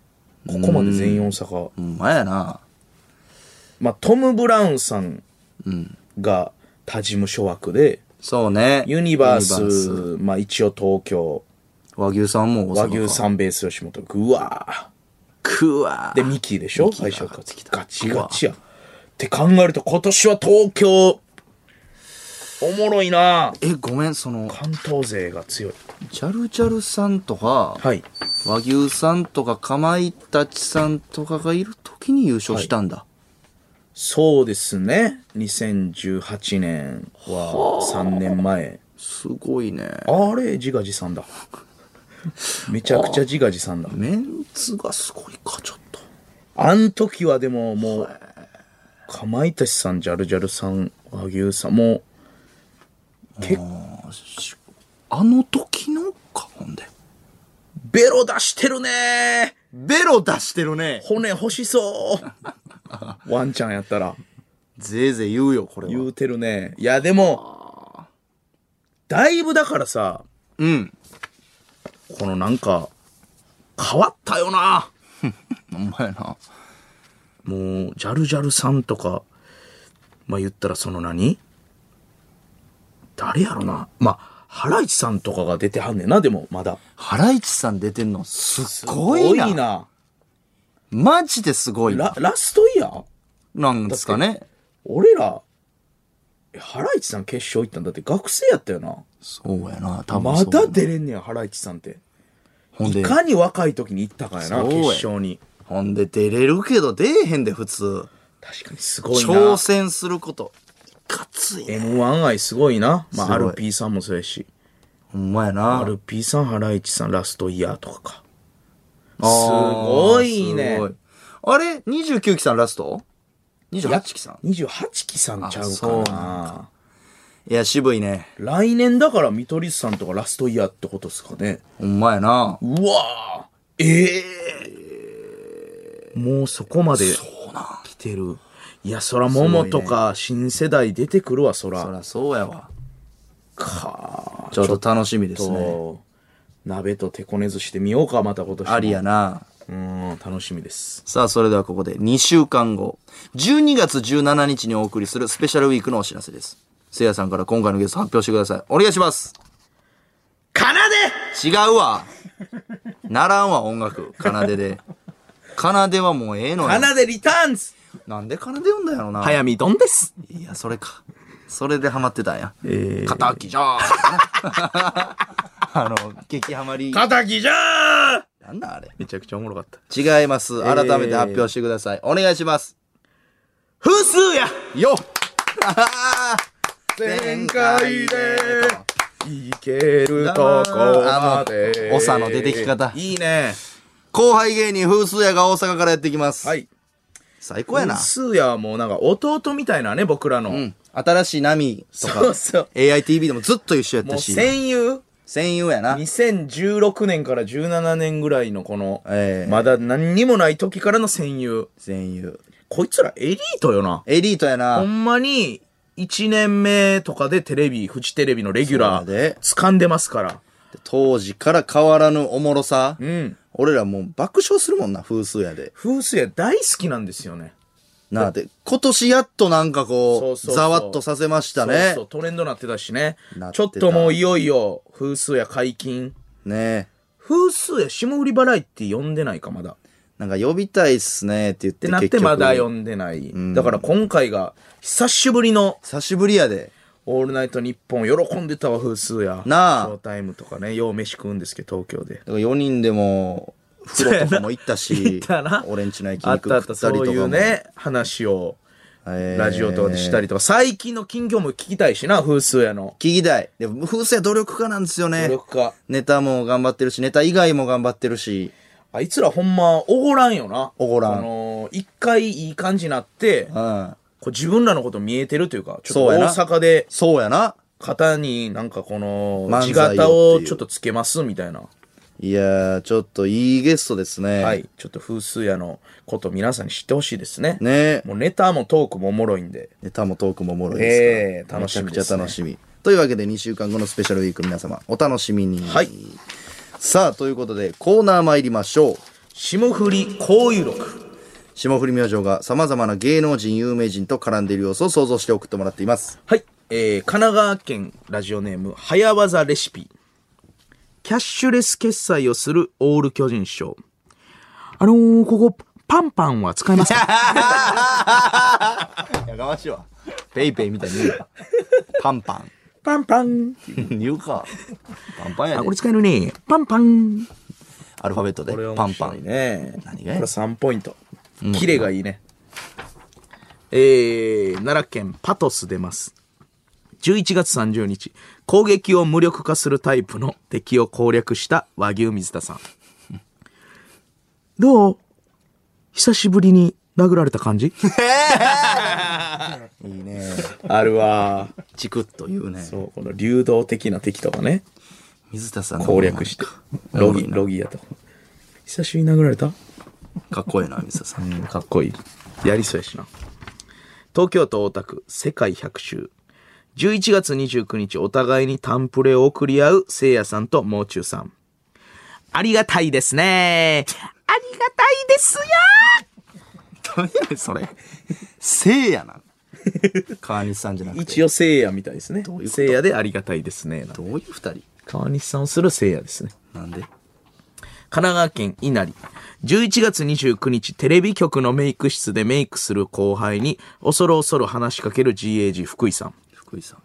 ここまで全員大阪。ほんまやな。まあ、トム・ブラウンさんが他事務所枠で、そうね。ユニバーユス、ニバーまあ一応東京、和牛さんも和大阪か牛さんベース吉本、ぐわー。くわで、ミキーでしょキー最が初からガチガチや。って考えると今年は東京、おもろいなえごめんその関東勢が強い。ジャルジャルさんとか、はい。和牛さんとかかまいたちさんとかがいる時に優勝したんだ、そうですね。2018年は3年前。すごいねあれ、自画自賛だ。めちゃくちゃ自画自賛だ。メンツがすごいかちょっとあん時はでももう、かまいたちさん、ジャルジャルさん、和牛さん、もう、結あの時のかほんでベロ出してるねベロ出してるね骨欲しそう。ワンちゃんやったら、ぜいぜい言うよこれ言はうてるね。いや、でも、だいぶだからさ、うんこのなんか、変わったよな。ほんまやなもう、ジャルジャルさんとか、まあ言ったらその何誰やろな。まあ、ハライチさんとかが出てはんねんな、でも、まだ。ハライチさん出てんのすっごいなすごなマジですごいなラ、ラストイヤーなんですかね俺ら、えハライチさん決勝行ったんだって学生やったよな。そうやな多分まそうやだな出れんねや、ハライチさんって。ほんいでかに若い時に行ったかやな、そう決や勝に。ほんで出れるけど出えへんで普通確かにすごいな。挑戦することいかついね M1 愛すごいな。まあ、すごい RP さんもそうやし。ほんまやな RP さん、ハライチさん、ラストイヤーとかか。あーすごいねすごいあれ29期さんラストいや ?28 期さん28期さんちゃあうかそうなんな。いや渋いね来年だから見取り図さんとかラストイヤーってことですかね。ほんまやなうわーええもうそこまで来てる。いや、そら、ももとか、新世代出てくるわ、そら。そらそうやわかちょっと楽しみですねと、鍋と手こねずしてみようか、また今年も。ありやなうん、楽しみです。さあ、それではここで2週間後、12月17日にお送りするスペシャルウィークのお知らせです。せいやさんから今回のゲスト発表してください。お願いします。奏で違う わ。ならんわ、音楽。奏でで。奏ではもうええのよ。奏でリターンズなんで奏で呼んだんやろな。早見どんですいや、それか。それでハマってたんや。えー肩きじゃー。 あの、激ハマり。敵じゃーなんだあれ。めちゃくちゃおもろかった。違います。改めて発表してください。お願いします。風数やよっ全開でいけるとこまであ。の長の出てき方いいね。後輩芸人風数屋が大阪からやってきます。はい。最高やな。スーヤはもうなんか弟みたいなね、僕らの。うん。新しい波とそうか、そう。 AITV でもずっと一緒やっもたうし、戦友戦友やな。 2016年から17年ぐらいのこの、ええまだ何にもない時からの戦友。戦友。こいつらエリートよな。エリートやほな。んまに、1年目とかでテレビ、フジテレビのレギュラそうやーで、掴んでますから。で当時から変わらぬおもろさ。うん。俺らもう爆笑するもんな、風数やで。風水屋大好きなんですよね。なあ、で、今年やっとなんかそこうそうう、そうざわっとさせましたね。そうそう、トレンドなってたしねなっ。てちょたっともういよいよ、風水屋解禁。ね風水屋霜降りバラエティ呼んでないか、まだ。っなんか呼びたいっすねって言っててなっ結て局まだ呼んでない。だから今回が、久しぶりの、久しぶりやで。オールナイト日本喜んでたわ、風水屋。なあショータイムとかね、よう飯食うんですけど、東京で。だから4人でも、風呂とかも行った し、だな。オレンジの焼きあっ肉たあっ食た、ったりそとかういも。うね、話を、えーラジオとかでしたりとか、最近の近況も聞きたいしな、風水屋の。聞きたい。でも、風船は努力家なんですよ努ね。力家。ネタも頑張ってるし、ネタ以外も頑張ってるし、あいつらほんま、おごらんよな。おごらんあのー一回いい感じになって、うん。こう自分らのこと見えてるというか、ちょそうやなっと大阪で、そうやな。肩になんかこの、漫地才をっていう型をちょっとつけますみたいな。いやー、ちょっといいゲストですね。はい。ちょっと風水屋のこと皆さんに知ってほしいですね。ねもうネタもトークもおもろいんで。ネタもトークもおもろいですから、ええ楽しみめちゃくちですゃね楽しみ。というわけで2週間後のスペシャルウィーク皆様お楽しみに。はい。さあ、ということでコーナー参りましょう。霜降り交友録。霜降り明星が様々な芸能人、有名人と絡んでいる様子を想像して送ってもらっています。はい。えー、神奈川県ラジオネーム、早技レシピ。キャッシュレス決済をするオール巨人師匠。あのー、ここ、パンパンは使えますかやかましいわ。ペイペイみたいに言 うなパンパ パンパン。ン。 言うか。パンパンやあ、でこれ。使えるね。パンパン。アルファベットで。パンパン。ね。何がやこれ3ポイント。キレがいいね。えー、奈良県パトス出ます。11月30日、攻撃を無力化するタイプの敵を攻略した和牛水田さん。どう久しぶりに殴られた感じ いいね。あるわ。チクッと言うね。そう、この流動的な敵とかね、水田さんの攻略して。ロギ、ロギやと。久しぶりに殴られたかっこいいな、水田さん。かっこいい。やりそうやしな。東京都大田区、世界百周。11月29日、お互いにタンプレを送り合う、せいやさんともう中さん。ありがたいですね。ありがたいですよ何やねんそれ。せいやな。川西さんじゃなくて。一応せいやみたいですうねいう。ことせいやでありがたいですね。どういう二人川西さんをするせいやですね。なんで神奈川県稲荷。11月29日、テレビ局のメイク室でメイクする後輩に、恐る恐る話しかける GAG 福井さん。福井さん。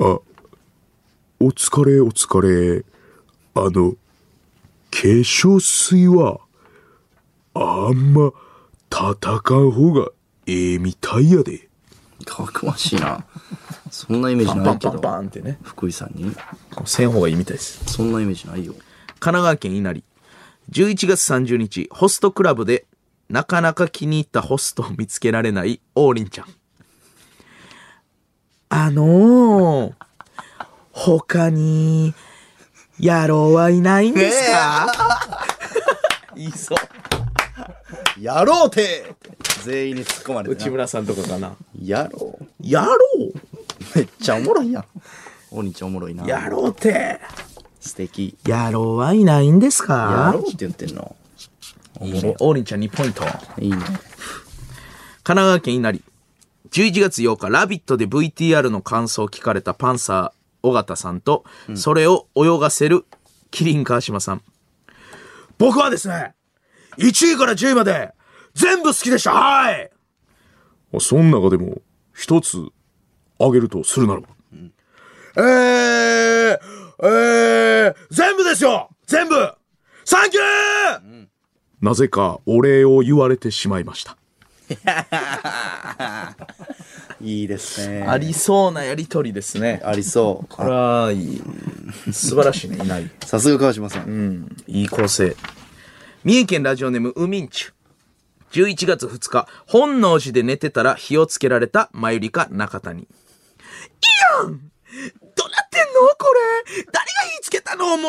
お疲れお疲れ。あの、化粧水は、あんま、叩かん方がええみたいやで。かくましいな。そんなイメージなバいンけバンど。バンってね。福井さんにせん方がいいみたいです。そんなイメージないよ。神奈川県稲荷。11月30日、ホストクラブで、なかなか気に入ったホストを見つけられない、王林ちゃん。あのー、他に、野郎はいないんですか、言いそう。やろうて全員に突っ込まれて内な。村さんとかかな。やろう。やろめっちゃおもろいやん。お兄ちゃんおもろいな。うやろうて。素敵。野郎はいないんですやかろうって言ってんの。いいね王林ちゃん2ポイント。いいね。神奈川県稲荷。11月8日、ラビットで VTR の感想を聞かれたパンサー尾形さんと、それを泳がせるキリン川島さん。僕はですね、1位から10位まで、全部好きでしたはいそん中でも、一つ、あげるとするならば。えー、えー、全部ですよ全部サンキュー、なぜかお礼を言われてしまいました。いいですね。ありそうなやりとりですね。ありそあ ら、いい。素晴らしいね、いない。う。さすが川島さん。いい構成。三重県ラジオネーム、ウミンチュ。11月2日、本能寺で寝てたら火をつけられた、マユリカ中谷。いやんどうなってんのこれ。誰が火つけたのもう、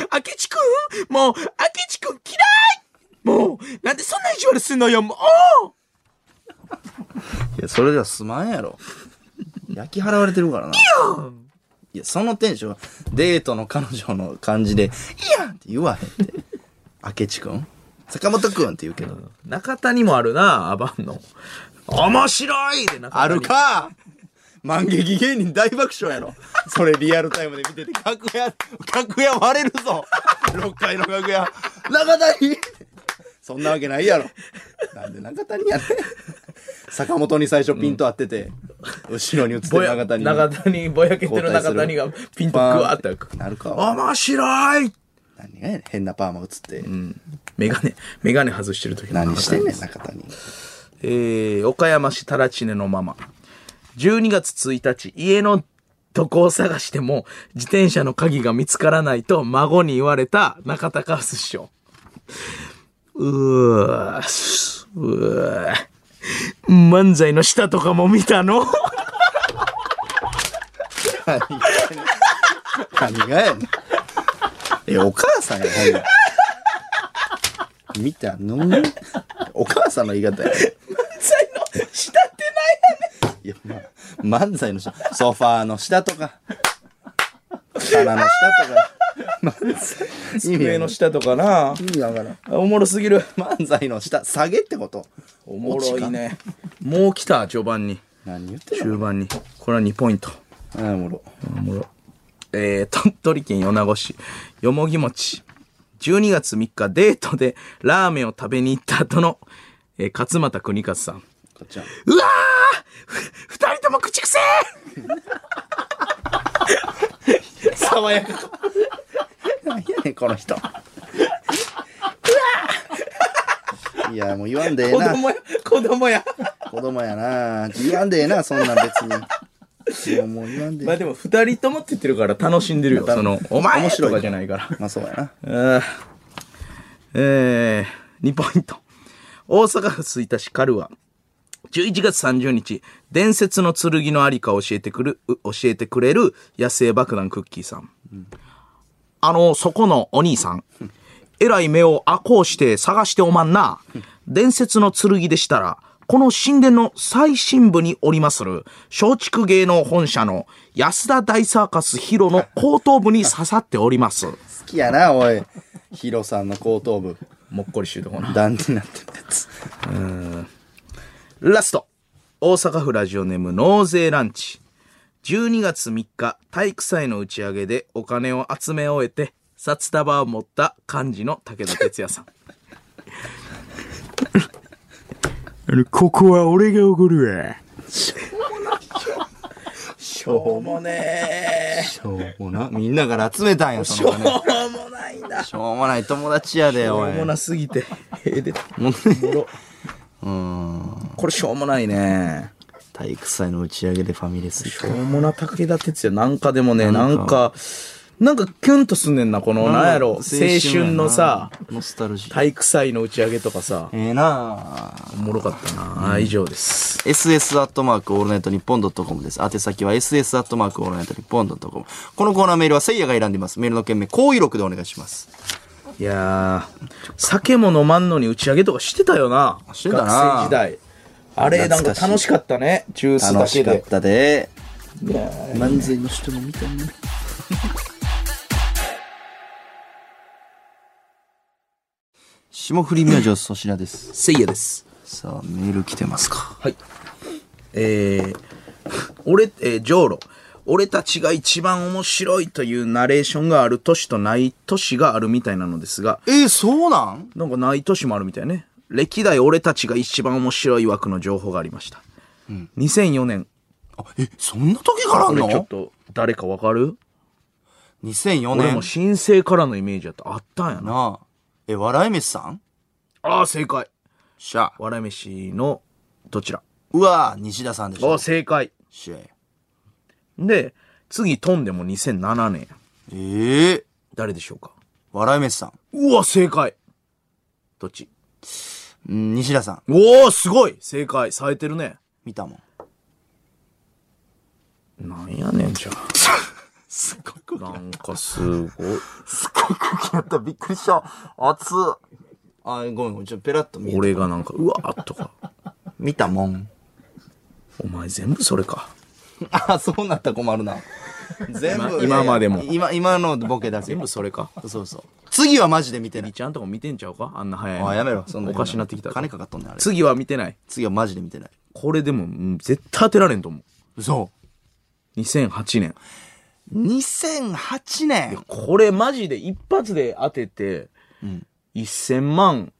明智くんもう、明智くん嫌いもう、なんでそんな意地悪すんのよ、もういや、それではすまんやろ。焼き払われてるからな。いや、そのテンション、デートの彼女の感じで、いやんって言わへんって。明智くん坂本くんって言うけど。中田にもあるな、アバンの。面白いで中あ谷るか万劇芸人大爆笑やろ。それリアルタイムで見てて、楽屋、楽屋割れるぞ !6 階の楽屋。中谷そんなわけないやろ。なんで中谷やねん。坂本に最初ピント合ってて、後ろに映ってぼるや中谷。中谷、ぼやけてる中谷がピンとグワーって開く。なるか。面白い何がやねん変なパーマ映って。メガネ、メガネ外してる時の何してんねん、中谷。えー、岡山市タラチネのママ。12月1日、家のどこを探しても、自転車の鍵が見つからないと孫に言われた中田カウス師匠。うー、すうー、漫才の下とかも見 たの何がやねん。え、お母さんや、ほんま。見たのお母さんの言い方や。漫才の下っていや、まあ、漫才の下、ソファーの下とか、棚の下とか、漫才、意味上の下とかな。意味わからん。おもろすぎる。漫才の下、下げってことおもろいね。もう来た、序盤に。何言ってんの中盤に。これは2ポイント。あーおもろ。おもろ。えー、鳥取県米子市、よもぎ餅。12月3日、デートでラーメンを食べに行った後の、えー、勝俣邦和さん。こっちは。うわーふ二人とも口癖爽やか。何やねん、この人。いや、もう言わんでええ子な。供や、子供や。子供やな言わんでええなそんなん別にもうもう言わんでえまあえでも二人ともって言ってるから楽しんでるよ。その、お前面白いとかじゃないから。まあそうやなあーえー、2ポイント。大阪府吹田市カルは、11月30日、伝説の剣のありかを教えてくる、う教えてくれる野生爆弾クッキーさん。あの、そこのお兄さん。えらい目をあこうして探しておまんな。伝説の剣でしたら、この神殿の最深部におりまする、松竹芸能本社の安田大サーカスヒロの後頭部に刺さっております。好きやなおいヒロさんの後頭部もっこりしゅうとこな。段になってるやつラスト大阪府ラジオネーム納税ランチ。12月3日、体育祭の打ち上げでお金を集め終えて、札束を持った幹事の武田哲也さん。ここは俺がおごるわ。しょうもねしょうもなみんなから集めたんやそのー。金しょうもないな。ししょうもない友達やでょおいうもなすぎて。ええで、もうねこれしょうもないね。体育祭の打ち上げでファミレスしょうもな武田鉄也なんかでもね、なんか、なんかキュンとすんねんな、この、なんやろ、青春のさ、ノスタルジー体育祭の打ち上げとかさ、ええなあおもろかったな。以上です。 ss アットマークオールナイトニッポンドットコムです。宛先は ss アットマークオールナイトニッポンドットコム。このコーナーメールはせいやが選んでます。メールの件名、高意録でお願いします。いやー、酒も飲まんのに打ち上げとかしてたよな。してたな学生時代。あれ、なん懐かかしい楽しかったね。ジュースだ楽けしかっで。たで。いやー漫才の人も見たね。霜降り明星粗品です。せいやです。さあ、メール来てますか。はい。えー、俺、えー、ジョーロ。俺たちが一番面白いというナレーションがある都市とない都市があるみたいなのですが、えそうなんなんかない年もあるみたいね。歴代俺たちが一番面白い枠の情報がありました。2004年。あえ、そんな時からあこんれちょのっと、誰かわかる ?2004 俺も年。新生からのイメージだった。あったんやな。なあ。え、笑い飯さんああ、正解。しゃあ。笑い飯のどちらうわ西田さんでしあょあ、。正解。しゃあで、次飛んでも2007年。ええ誰でしょうか笑い飯さん。うわ、正解。どっちうん、西田さん。おお、すごい正解。冴えてるね。見たもん。なんやねん、じゃあ。すごく、なんかすごい。すごく気にった。びっくりした。熱っ。あ、ごめんごめん。ちょ、ペラッと見えた俺がなんか、うわーっとか。見たもん。お前全部それか。あ、そうなったら困るな。全部今今までも今今のボケだけ全部それか。そうそう次はマジで見てなりいちゃんとか見てんちゃうかあんな早いのあやめろそんなおかしなってきた。金かかっとんねんあれ次は見てない。次はマジで見てないこれでも、うん絶対当てられんと思嘘う。2008年。 2008年これマジで一発で当てて、1000万、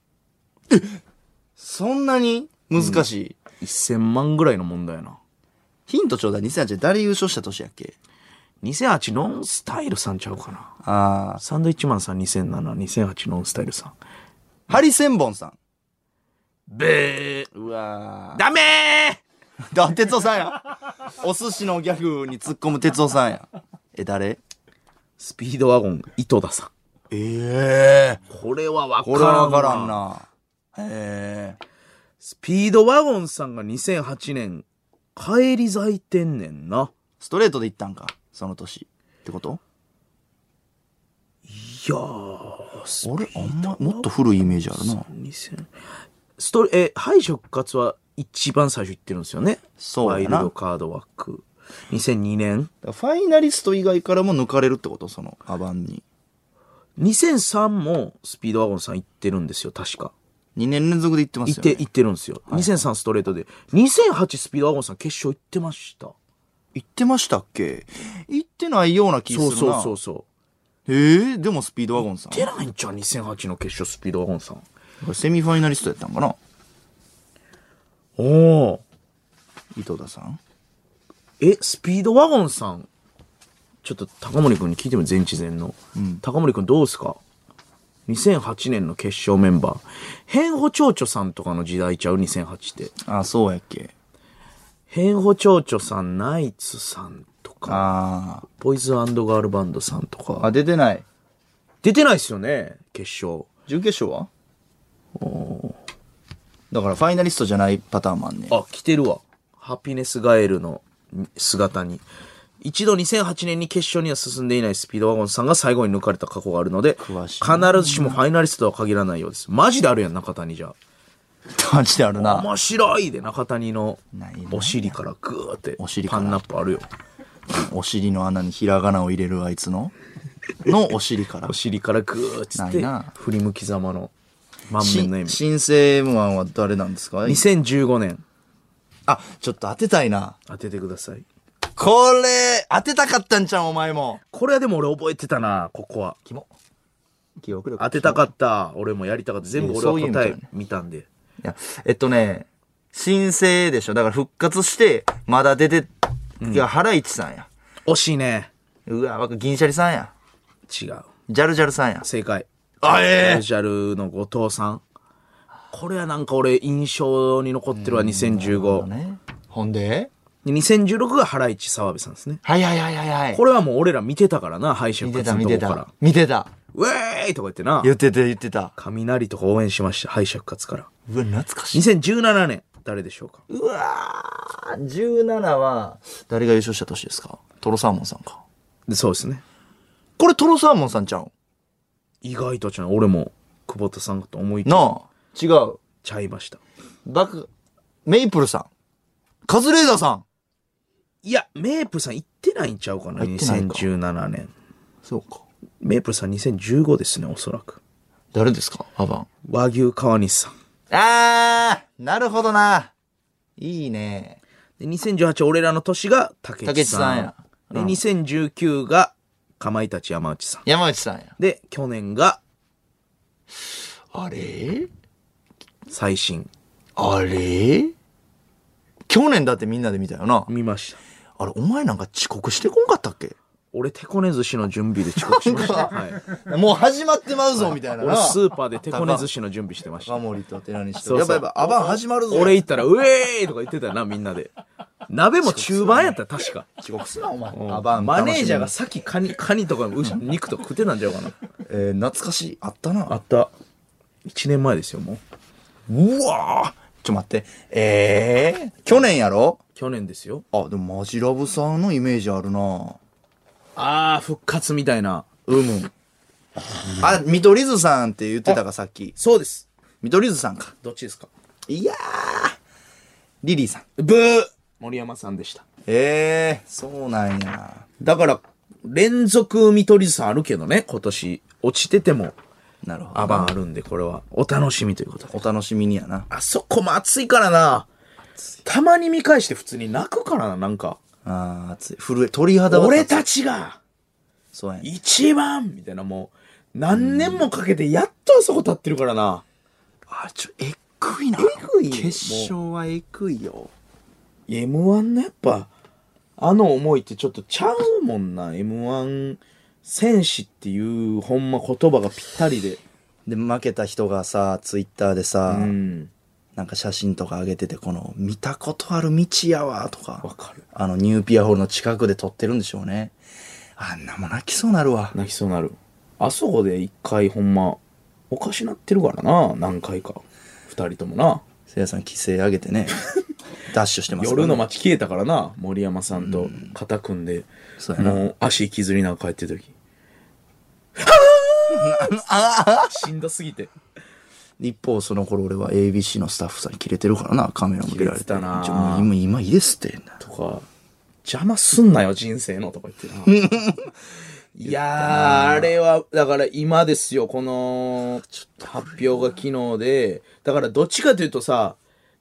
そんなに難しい、 1000万ぐらいの問題やな。ヒントちょうだい2008年誰優勝した年やっけ2008ノンスタイルさんちゃうかな。ああサンドイッチマンさん2007、2008ノンスタイルさん。ハリセンボンさんべー。うわダメ だ哲夫さんやお寿司のギャグに突っ込む哲夫さんやえ誰スピードワゴン、糸田さん。ええこれはわかこらんれな。は分からんなええスピードワゴンさんが2008年、帰り咲いてんねんな。ストレートでいったんかその年ってこといやー、ス俺あんまもっと古いイメージあるな2000ストえ、敗者復活は一番最初言ってるんですよね。そうやなワイルドカード枠。2002年。ファイナリスト以外からも抜かれるってことそのアバンに2003もスピードワゴンさん行ってるんですよ、確か。 2年連続で行ってます行っよ、て、ね、行ってるんですよ。2003ストレートで。2008スピードワゴンさん決勝行ってました。行ってましたっけ行ってないような気するそなうそうそうそう。ええでもスピードワゴンさん出ないんちゃう ?2008 の決勝スピードワゴンさん。セミファイナリストやったんかなおお。井戸田さんえ、スピードワゴンさん。ちょっと高森くんに聞いても全知全能。高森くんどうすか ?2008 年の決勝メンバー。変歩蝶々さんとかの時代ちゃう ?2008 って。あそうやっけ変歩蝶々さん、ナイツさんとか、あボイズガールバンドさんとああか。出てない出てないっすよね決勝。準決勝はだからファイナリストじゃないパターンもあんねんあ、来てるわ。ハピネスガエルの姿に。一度2008年に決勝には進んでいないスピードワゴンさんが最後に抜かれた過去があるので、必詳しいずしもファイナリストとは限らないようです。マジであるやん、中谷じゃ。マジであるな面白いで、中谷のないなお尻からグーって、お尻かパらンナップあるよ。お尻の穴にひらがなを入れるあいつののお尻から お尻からグーっつっないてな、振り向きざまの満面の笑み。新生 M1 は誰なんですか2015年、あ、ちょっと当てたいな。当ててください。これ、当てたかったんちゃん、お前も。これはでも俺覚えてたな、ここは。記憶力当てたかった。俺もやりたかった。全部俺はえーそういう意味答だえよね見たんで。いや、えっとね、新生でしょ。だから復活して、まだ出て、いや、ハライチさんや。惜しいね。うわ、わか銀シャリさんや。違う。ジャルジャルさんや。正解。あ、ジャえルジャルの後藤さん。これはなんか俺印象に残ってるわ、2015。ね。ほんでで2016がハライチ澤部さんですね。はいはいはいはいはい。これはもう俺ら見てたからな、敗者見復てた活見のてとこからた。。見てた。ウェーイとか言ってな。言ってた言ってた。雷とか応援しました、敗者復活から。うわ、懐かしい。 2017年、誰でしょうかうわー、17は、誰が優勝した年ですかトロサーモンさんか。でそうですね。これトロサーモンさんちゃうん意外とちゃん、俺も久保田さんかと思いきなやあ違う。ちゃいました。バク、メイプルさん。カズレーザーさん。いや、メープルさん行ってないんちゃうかな、行ってないか2017年。そうか。メープルさん2015ですね、おそらく。誰ですかアバン。和牛川西さん。あー、なるほどな。いいね。で、2018俺らの年が竹内さん。竹内さんやうんで、2019がかまいたち山内さん。山内さんや。で、去年があれ最新。あれ去年だってみんなで見たよな。見ました。あれ、お前なんか遅刻してこんかったっけ俺、手こね寿司の準備で遅刻しま した。はい。もう始まってまうぞ、みたいな俺、な。スーパーで手こね寿司の準備してま した若。森と寺西と。そうそうやばいやばい、アバン始まるぞ。俺行ったら、うえーいとか言ってたよな、みんなで。鍋も中盤やったよ、確か。遅刻すな、お前。アバン。マネージャーがさっきカニ、カニとか牛肉とか食ってたんちゃうかな。楽しみに。えー、懐かしい。あったな。あった。1年前ですよ、もう。うわーちょっと待って。ええー、去年やろ去年ですよ。あ、でもマジラブさんのイメージあるなあー、復活みたいな。うむ。あ、見取り図さんって言ってたか、さっき。そうです。見取り図さんか。どっちですかいやー。リリーさん。ブー森山さんでした。ええそうなんや。だから、連続見取り図さんあるけどね、今年。落ちてても、なるほアど。バンあるんで、これは。お楽しみということで。お楽しみにやな。あそこも暑いからな。たまに見返して普通に泣くからな、なんか。ああ、熱い。震え、鳥肌は立つ俺たちがそうやね。一番みたいなもう、何年もかけてやっとあそこ立ってるからな。あ、ちょ、えっくいな。えぐいよ決勝はえぐいよ。 M1 のやっぱ、あの思いってちょっとちゃうもんな。M1 戦士っていうほんま言葉がぴったりで。で、負けた人がさ、ツイッターでさ、うん。なんか写真とか上げてて、この、見たことある道やわ、とか。わかる。あの、ニューピアホールの近くで撮ってるんでしょうね。あんなもん泣きそうなるわ。泣きそうなる。あそこで一回ほんま、おかしなってるからな。何回か。二人ともな。せいやさん、規制上げて ね、ダッシュしてますから夜の街消えたからな。森山さんと肩組んで。そうやなもう足引きずりながら帰って る時。はぁーしんどすぎて。一方、その頃俺は ABC のスタッフさんに切れてるからな、カメラ向けられて。切れてたなちょもう今、今いいですって。とか、邪魔すんなよ、人生のとか言ってな。 いやー、あれは、だから今ですよ、この、発表が昨日で、だからどっちかというとさ、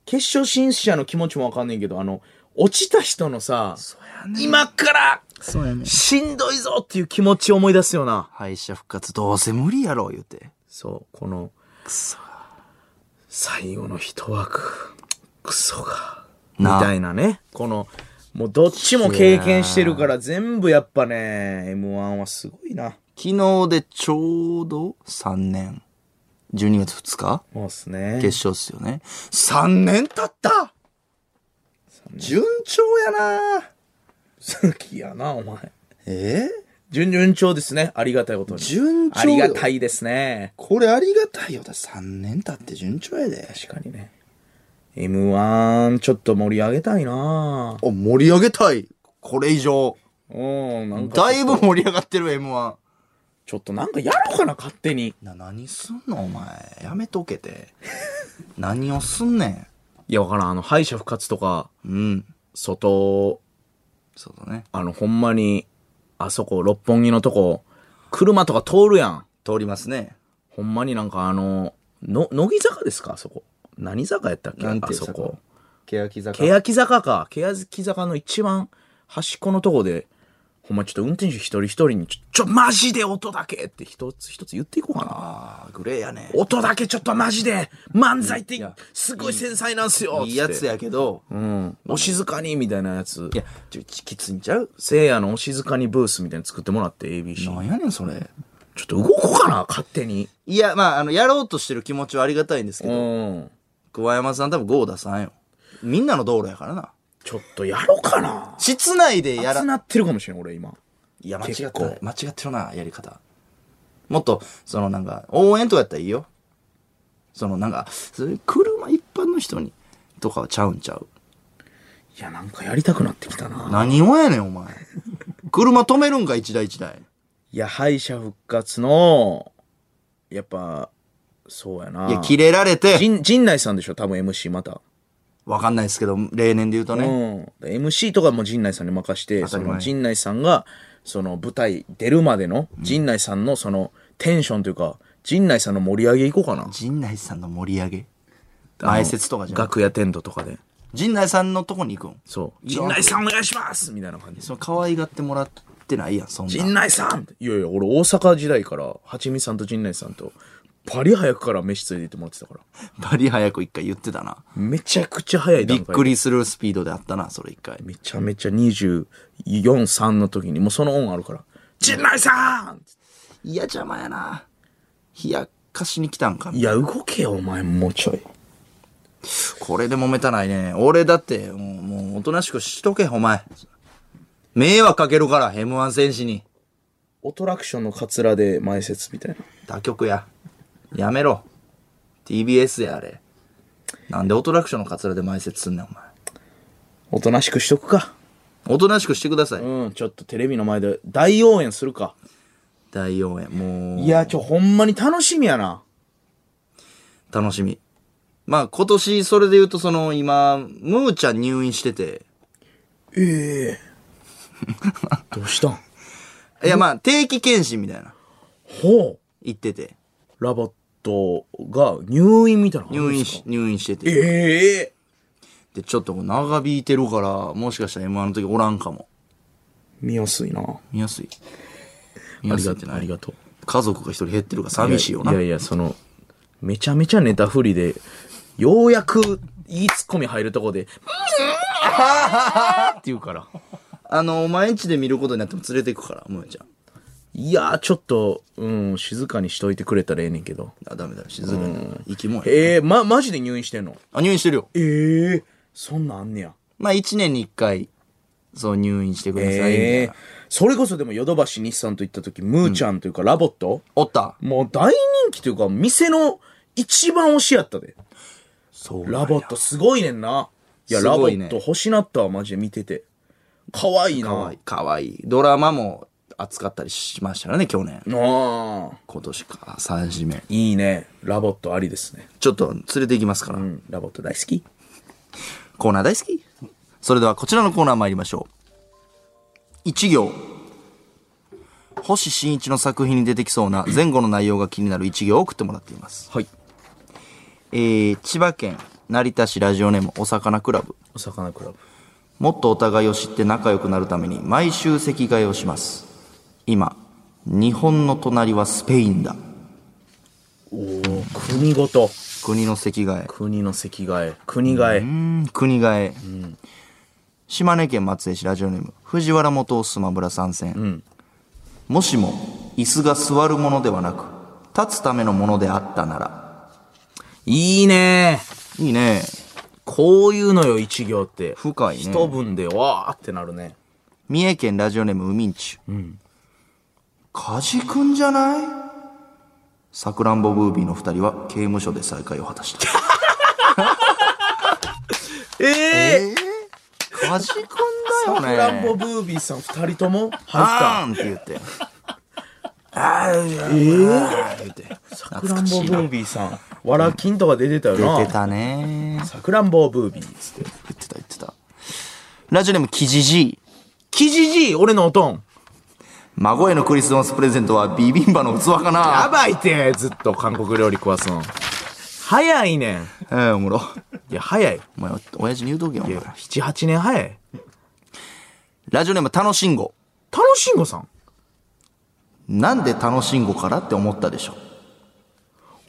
決勝進出者の気持ちもわかんねんけど、あの、落ちた人のさ、今から、そうやね。しんどいぞっていう気持ちを思い出すよな。敗者復活どうせ無理やろ、言うて。そう、この、くそ最後の一枠、くそが、みなあたいなね。この、もうどっちも経験してるから全部やっぱね、M1 はすごいな。昨日でちょうど3年。12月2日もうっすね。決勝っすよね。3年経った順調やな勝。好きやな、お前。え順々調ですね。ありがたいことに。順調ありがたいですね。これありがたいよだ。3年経って順調やで。確かにね。M1、ちょっと盛り上げたいなお、盛り上げたい。これ以上。うん、なんか、だいぶ盛り上がってる M1。ちょっとなんかやろうかな、勝手に。な、何すんのお前。やめとけて。 何をすんねいや、わからん。あの、敗者復活とか、ん。うん。外、そうだね。あの、ほんまに、あそこ、六本木のとこ、車とか通るやん。通りますね。ほんまになんかあの、の、乃木坂ですかあそこ。何坂やったっけなんあていうそ坂こ。欅坂。欅坂か。欅坂の一番端っこのとこで、ほんまちょっと運転手一人一人に、ちょ、ちょ、マジで音だけって一つ一つ言っていこうかな。ああ、グレーやね。音だけちょっとマジで漫才ってすごい繊細なんすよいいやつや。やけど、うん。お静かにみたいなやつ。いや、ちょ、きついんちゃうせいやのお静かにブースみたいに作ってもらって ABC。なんやねん、それ。ちょっと動こうかな、勝手に。いや、まあ、あの、やろうとしてる気持ちはありがたいんですけうど、ん。桑山さん多分ゴーダさんよ。みんなの道路やからな。ちょっとやろうかな。室内でや熱ら、なってるかもしれん、俺今。いや、間違っ結た構。間違ってるな、やり方。もっと、そのなんか、応援とかやったらいいよ。そのなんか、それ車一般の人に、とかはちゃうんちゃう。いや、なんかやりたくなってきたな。何をやねん、お 前。車止めるんか、一台一台。いや、敗者復活の、やっぱ、そうやな。いや、切れられて、陣陣内さんでしょ、多分 MC また。わかんないですけど、例年で言うとね。うん。MC とかも陣内さんに任して、たそり前の陣内さんが、その舞台出るまでの、陣内さんのそのテンションというか、陣内さんの盛り上げいこうかな。陣内さんの盛り上げ前説とかじゃん楽屋テントとかで。陣内さんのとこに行くんそう。陣内さんお願いしますみたいな感じ。その可愛がってもらってないやんそんな陣内さんいやいや、俺大阪時代から、はちみさんと陣内さんと、パリ早くから飯連れて行ってもらってたかバリ早く一回言ってたなら。めちゃくちゃ早いび段っ階くりするスピードであったなそれ一回めちゃめちゃ24、3の時に、もうその音あるから、陣内さんいや邪魔やな冷やかしに来たんかいや、動けよ、お前、もうちょい。これで揉めたないね俺だってもうもうおとなしくしとけお前迷惑かけるから M1 戦士にオトラクションのカツラで前説みたいな。他局ややめろ TBS やあれなんでオトラクションのカツラで埋設すんねんお前おとなしくしとくか。おとなしくしてください、うん、ちょっとテレビの前で大応援するか。大応援もういや、ちょ、ほんまに楽しみやな。楽しみ。まあ今年それで言うとその今、ムーちゃん入院してて、ええどうしたんいや、まあ、定期検診みたいな、ほ行ってて、う。ラバットが入院みたいなのあるん入で院すしか、入院してて、ええで、ちょっとこう長引いてるから、もしかしたら M1 の時おらんかも。見やすいな。見やすい。見あやりすいがってとう、なありいがとう。家族が一人減ってるから寂しいよな。いやいや、その、めちゃめちゃネタ振りで、ようやく、いいツッコミ入るとこで、って言うから。あの、お前ん家で見ることになっても連れて行くから、もやちゃん。いやー、ちょっと、うん、静かにしといてくれたらええねんけど。あ、ダメだ、静かに。息もええ。ええま、マジで入院してんのあ、入院してるよ。ええそんなんあんねや。まあ、一年に一回、そう、入院してください、みたいな。ええそれこそでもヨドバシ日産と行った時、ムーちゃんというかラボット、おったもう大人気というか、店の一番推しやったで。そうラボットすごいねんな。いや、すラボごいねット欲しなったわ、マジで見てて。可愛いな。かわいい。かわいい。ドラマも扱ったりしましたからね、去年。ああ。今年か、三時目。いいね。ラボットありですね。ちょっと、連れて行きますから。うん、ラボット大好き。コーナー大好きそれではこちらのコーナー参りましょう。一行。星新一の作品に出てきそうな前後の内容が気になる一行を送ってもらっています。はい。えー、千葉県成田市ラジオネームお魚クラブ。お魚クラブ。もっとお互いを知って仲良くなるために毎週席替えをします。今、日本の隣はスペインだ。国ごと。国の席替え。国の席替え。国替え。うん国替え、島根県松江市ラジオネーム藤原元スマブラ参戦、もしも椅子が座るものではなく立つためのものであったならいいね。いいねこういうのよ、一行って。深いね一文で、わーってなるね。三重県ラジオネームうみんちゅ、カジくんじゃないさくらんぼブービーの二人は刑務所で再会を果たしたえ ええー、カジくんだよねフランボブービーさん二人とも入っあた。ーんって言って。あーえー、言って。サク懐ランかボしブいな。ービーさん。わらきんとか出てたよな。出てたね。サクランボブービーっつって。言ってた言ってた。ラジオネームキジジー。キジジイ俺のおとん。孫へのクリスマスプレゼントはビビンバの器かやなばいて、ずっと韓国料理食わすの。早いねん。えー、おもろ。いや、早い。お前、親父に言うとけよ、おい前や、7、8年早い。ラジオネーム楽しんご。楽しんごさん。なんで楽しんごからって思ったでしょ。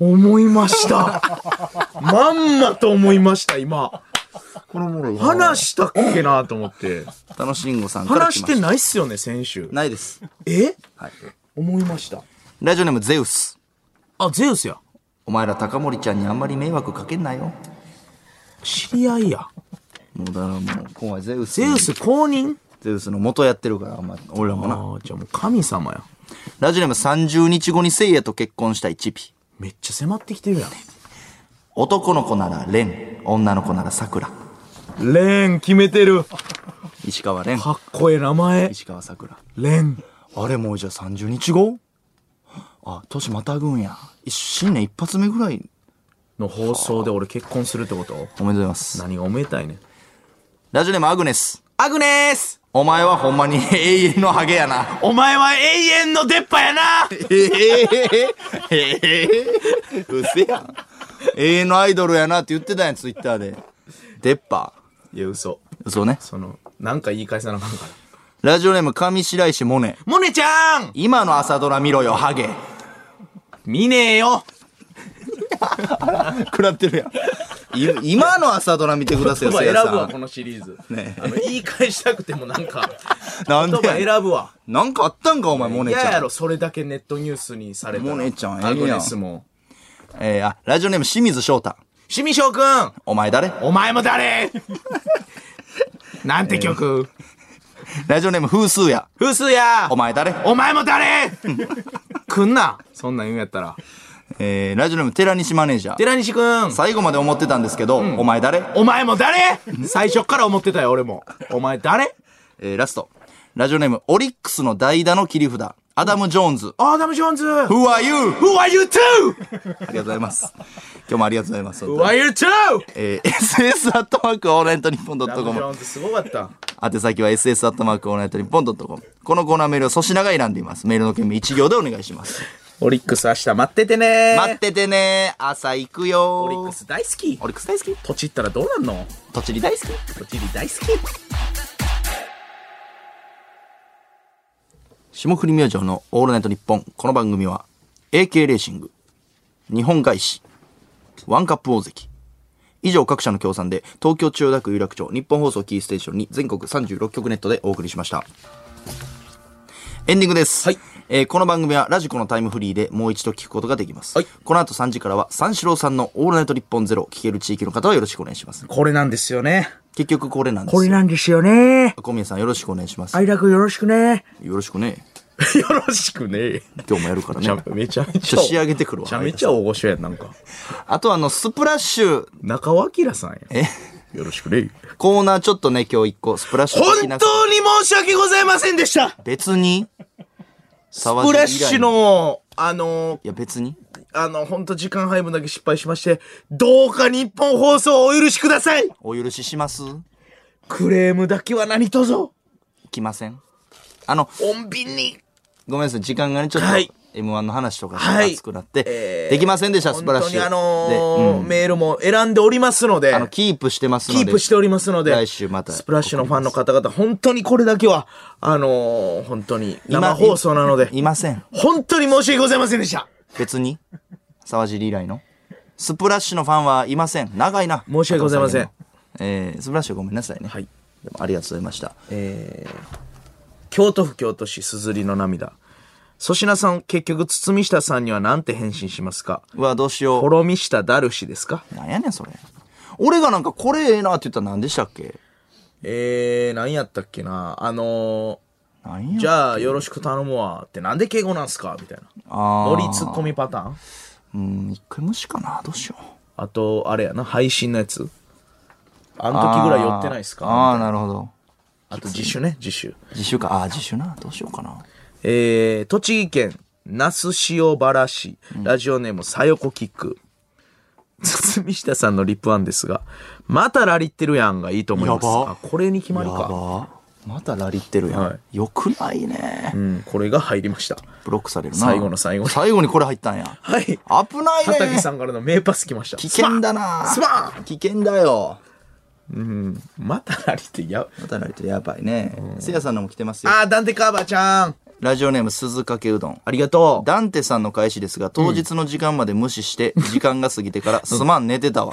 思いました。 まんまと思いました、今。これおもろい話したっけなと思って。楽しんごさんから話来しました。てないっすよね、先週。ないです。えはい。思いました。ラジオネームゼウス。あ、ゼウスや。お前ら高森ちゃんにあんまり迷惑かけんなよ。知り合いや。もうだからもう、今回ゼウス。ゼウス公認ゼウスの元やってるから、まあ、俺らもな。ああ、じゃあもう神様や。ラジオネーム30日後に聖夜と結婚したいチピ。めっちゃ迫ってきてるやん。男の子ならレン、女の子なら桜。レン決めてる。石川レン、かっこええ名前。石川桜。レン。あれもうじゃあ30日後 あ、年またぐんや。一新年一発目ぐらい。の放送で俺結婚するってことおめでとうございます。何がおめでたいねんラジオネームアグネス。アグネースお前はほんまに 永遠のハゲやな。お前は永遠の出っ歯やな ええええええうせやん。永遠のアイドルやなって言ってたやん、ツイッターで。デッパいや、嘘。ー。嘘ね。その、なんか言い返さなあかんから。ラジオネーム上白石萌音。モネちゃん今の朝ドラ見ろよ、ハゲ。見ねえよ食らってるやん。い今の朝ドラ見てくださいよ、言葉せい選やぶわ、さこのシリーズ。ねえあの、言い返したくてもなんか、ん。なん言葉で選やぶわ。なんかあったんか、お前、モいネちやゃやん。ろ、それだけネットニュースにされたら。モネちゃんええやんアグネスも。えー、あ、ラジオネーム清水翔太。シミショウくんお前誰お前も 誰なんて曲、ラジオネーム風数や。風数やお前誰お前も 誰くんなそんなん言うんやったら。えー、ラジオネーム寺西マネージャー。寺西くん最後まで思ってたんですけど、お前誰お前も誰 最初から思ってたよ、俺も。お前誰えー、ラスト。ラジオネームオリックスの代打の切り札。アダム・ジョーンズ。アダム・ジョーンズ !Who Who are you? are you too?Who ありがとうございます。 今日もありがとうございます。 are you too? えー、SS アットマークオールナイトニッポンドッアトダム・コジムョー。ンズすごかった。宛先は SS アットマークオールナイトニッポンドットコム。このコーナーメールを粗品が選んでいます。メールの件名1行でお願いします。オリックス明日待っててね待っててね朝行くよオリックス大好きオリックス大好き土地行ったらどうなんの栃木大好き土地大好き霜降り明星のオールナイトニッポン。この番組は、AK レーシング、日本外資、ワンカップ大関、以上各社の協賛で、東京千代田区有楽町、日本放送キーステーションに全国36局ネットでお送りしました。エンディングです。はいえーこの番組はラジコのタイムフリーでもう一度聞くことができます。はいこの後3時からは三四郎さんのオールナイトニッポンゼロを聞ける地域の方はよろしくお願いします。これなんですよね結局これなんですよ。これなんですよね。小宮さんよろしくお願いします。愛楽よろしくね。よろしくね。 よろしくね。今日もやるからね。め ちゃめちょっと仕上げてくるわめちゃめちゃ大御所やん、なんか。あとあの、スプラッシュ、中尾明さんや。え、よろしくね。コーナーちょっとね、今日一個、スプラッシュ本的な当に申し訳ございませんでしたス別にプラッシュ。沢尻以来の、あの、いや、別に。あの、本当時間配分だけ失敗しまして、どうか日本放送をお許しくださいお許ししますクレームだけは何とぞ、来ませんあの、穏便に。ごめんなさい、時間がね、ちょっと、はい M1 の話とかはい熱くなって、えーできませんでした、ス本プラッ当シにュ。あのーでうんメールも選んでおりますので、あの、キープしてますのキで。ープしておりますので、来週またスプラッシュのファンの方々、本当にこれだけは、あのー本当に生今放送なので、いません。本当に申し訳ございませんでした。別に。沢尻以来の。スプラッシュのファンはいません。長いな。申し訳ございません。えー、スプラッシュごめんなさいね。はい。でもありがとうございました。京都府京都市すずりの涙。粗品さん、結局、堤下さんには何て返信しますかうわ、どうしようほ。ろみしたダルシですかなんやねん、それ。俺がなんか、これええなって言ったら何でしたっけえー、何やったっけなあのなんやー、じゃあ、よろしく頼むわって、なんで敬語なんすかみたいな。あ乗りつツッコミパターンうん、一回無視かな。どうしよう。あと、あれやな、配信のやつ。あの時ぐらい寄ってないっすかあーあー、あなるほど。と、自主ね、自主。自習か。ああー、自習な。どうしようかな。えー、栃木県、那須塩原市、ラジオネーム、さよこキック。 堤下さんのリップアンですが、またラリってるやんがいいと思います。やばあ、これに決まやるか。ば。またラリってるやん。はいよくないね、うん、これが入りました。ブロックされるな。最後の最後に最後にこれ入ったんや。はい。危ないね。畑さんからの名パス来ました。危険だな。スパーン危険だよ。またラリってや、またラリってるやばいね。せいやさんのも来てますよ。あー、ダンテカーバーちゃん。ラジオネーム、鈴かけうどん。ありがとう。ダンテさんの返しですが、当日の時間まで無視して、時間が過ぎてから、 すまん寝てたわ。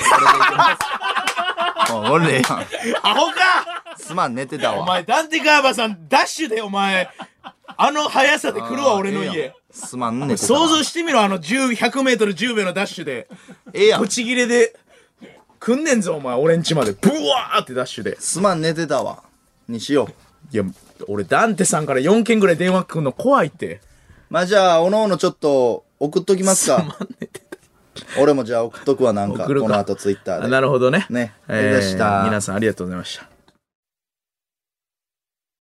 これでいきます。おい俺やん。アホかすまん寝てたわ。お前、ダンテカーバーさん、ダッシュでお前、あの速さで来るわ、俺えのえや家ん。。すまん寝てたわ。想像してみろ、あの10、100メートル10秒のダッシュで、ええやんぶ。ち切れで、来んねんぞ、お前、俺んちまで。ブワーってダッシュで。すまん寝てたわ。にしよう。いや、俺、ダンテさんから4件ぐらい電話来んの怖いって。まあ、じゃあ、おのおのちょっと、送っときますか。俺もじゃあ送っとくわ、なんか。送るかこの後ツイッターあで。なるほどね。ねえーでした皆さんありがとうございました。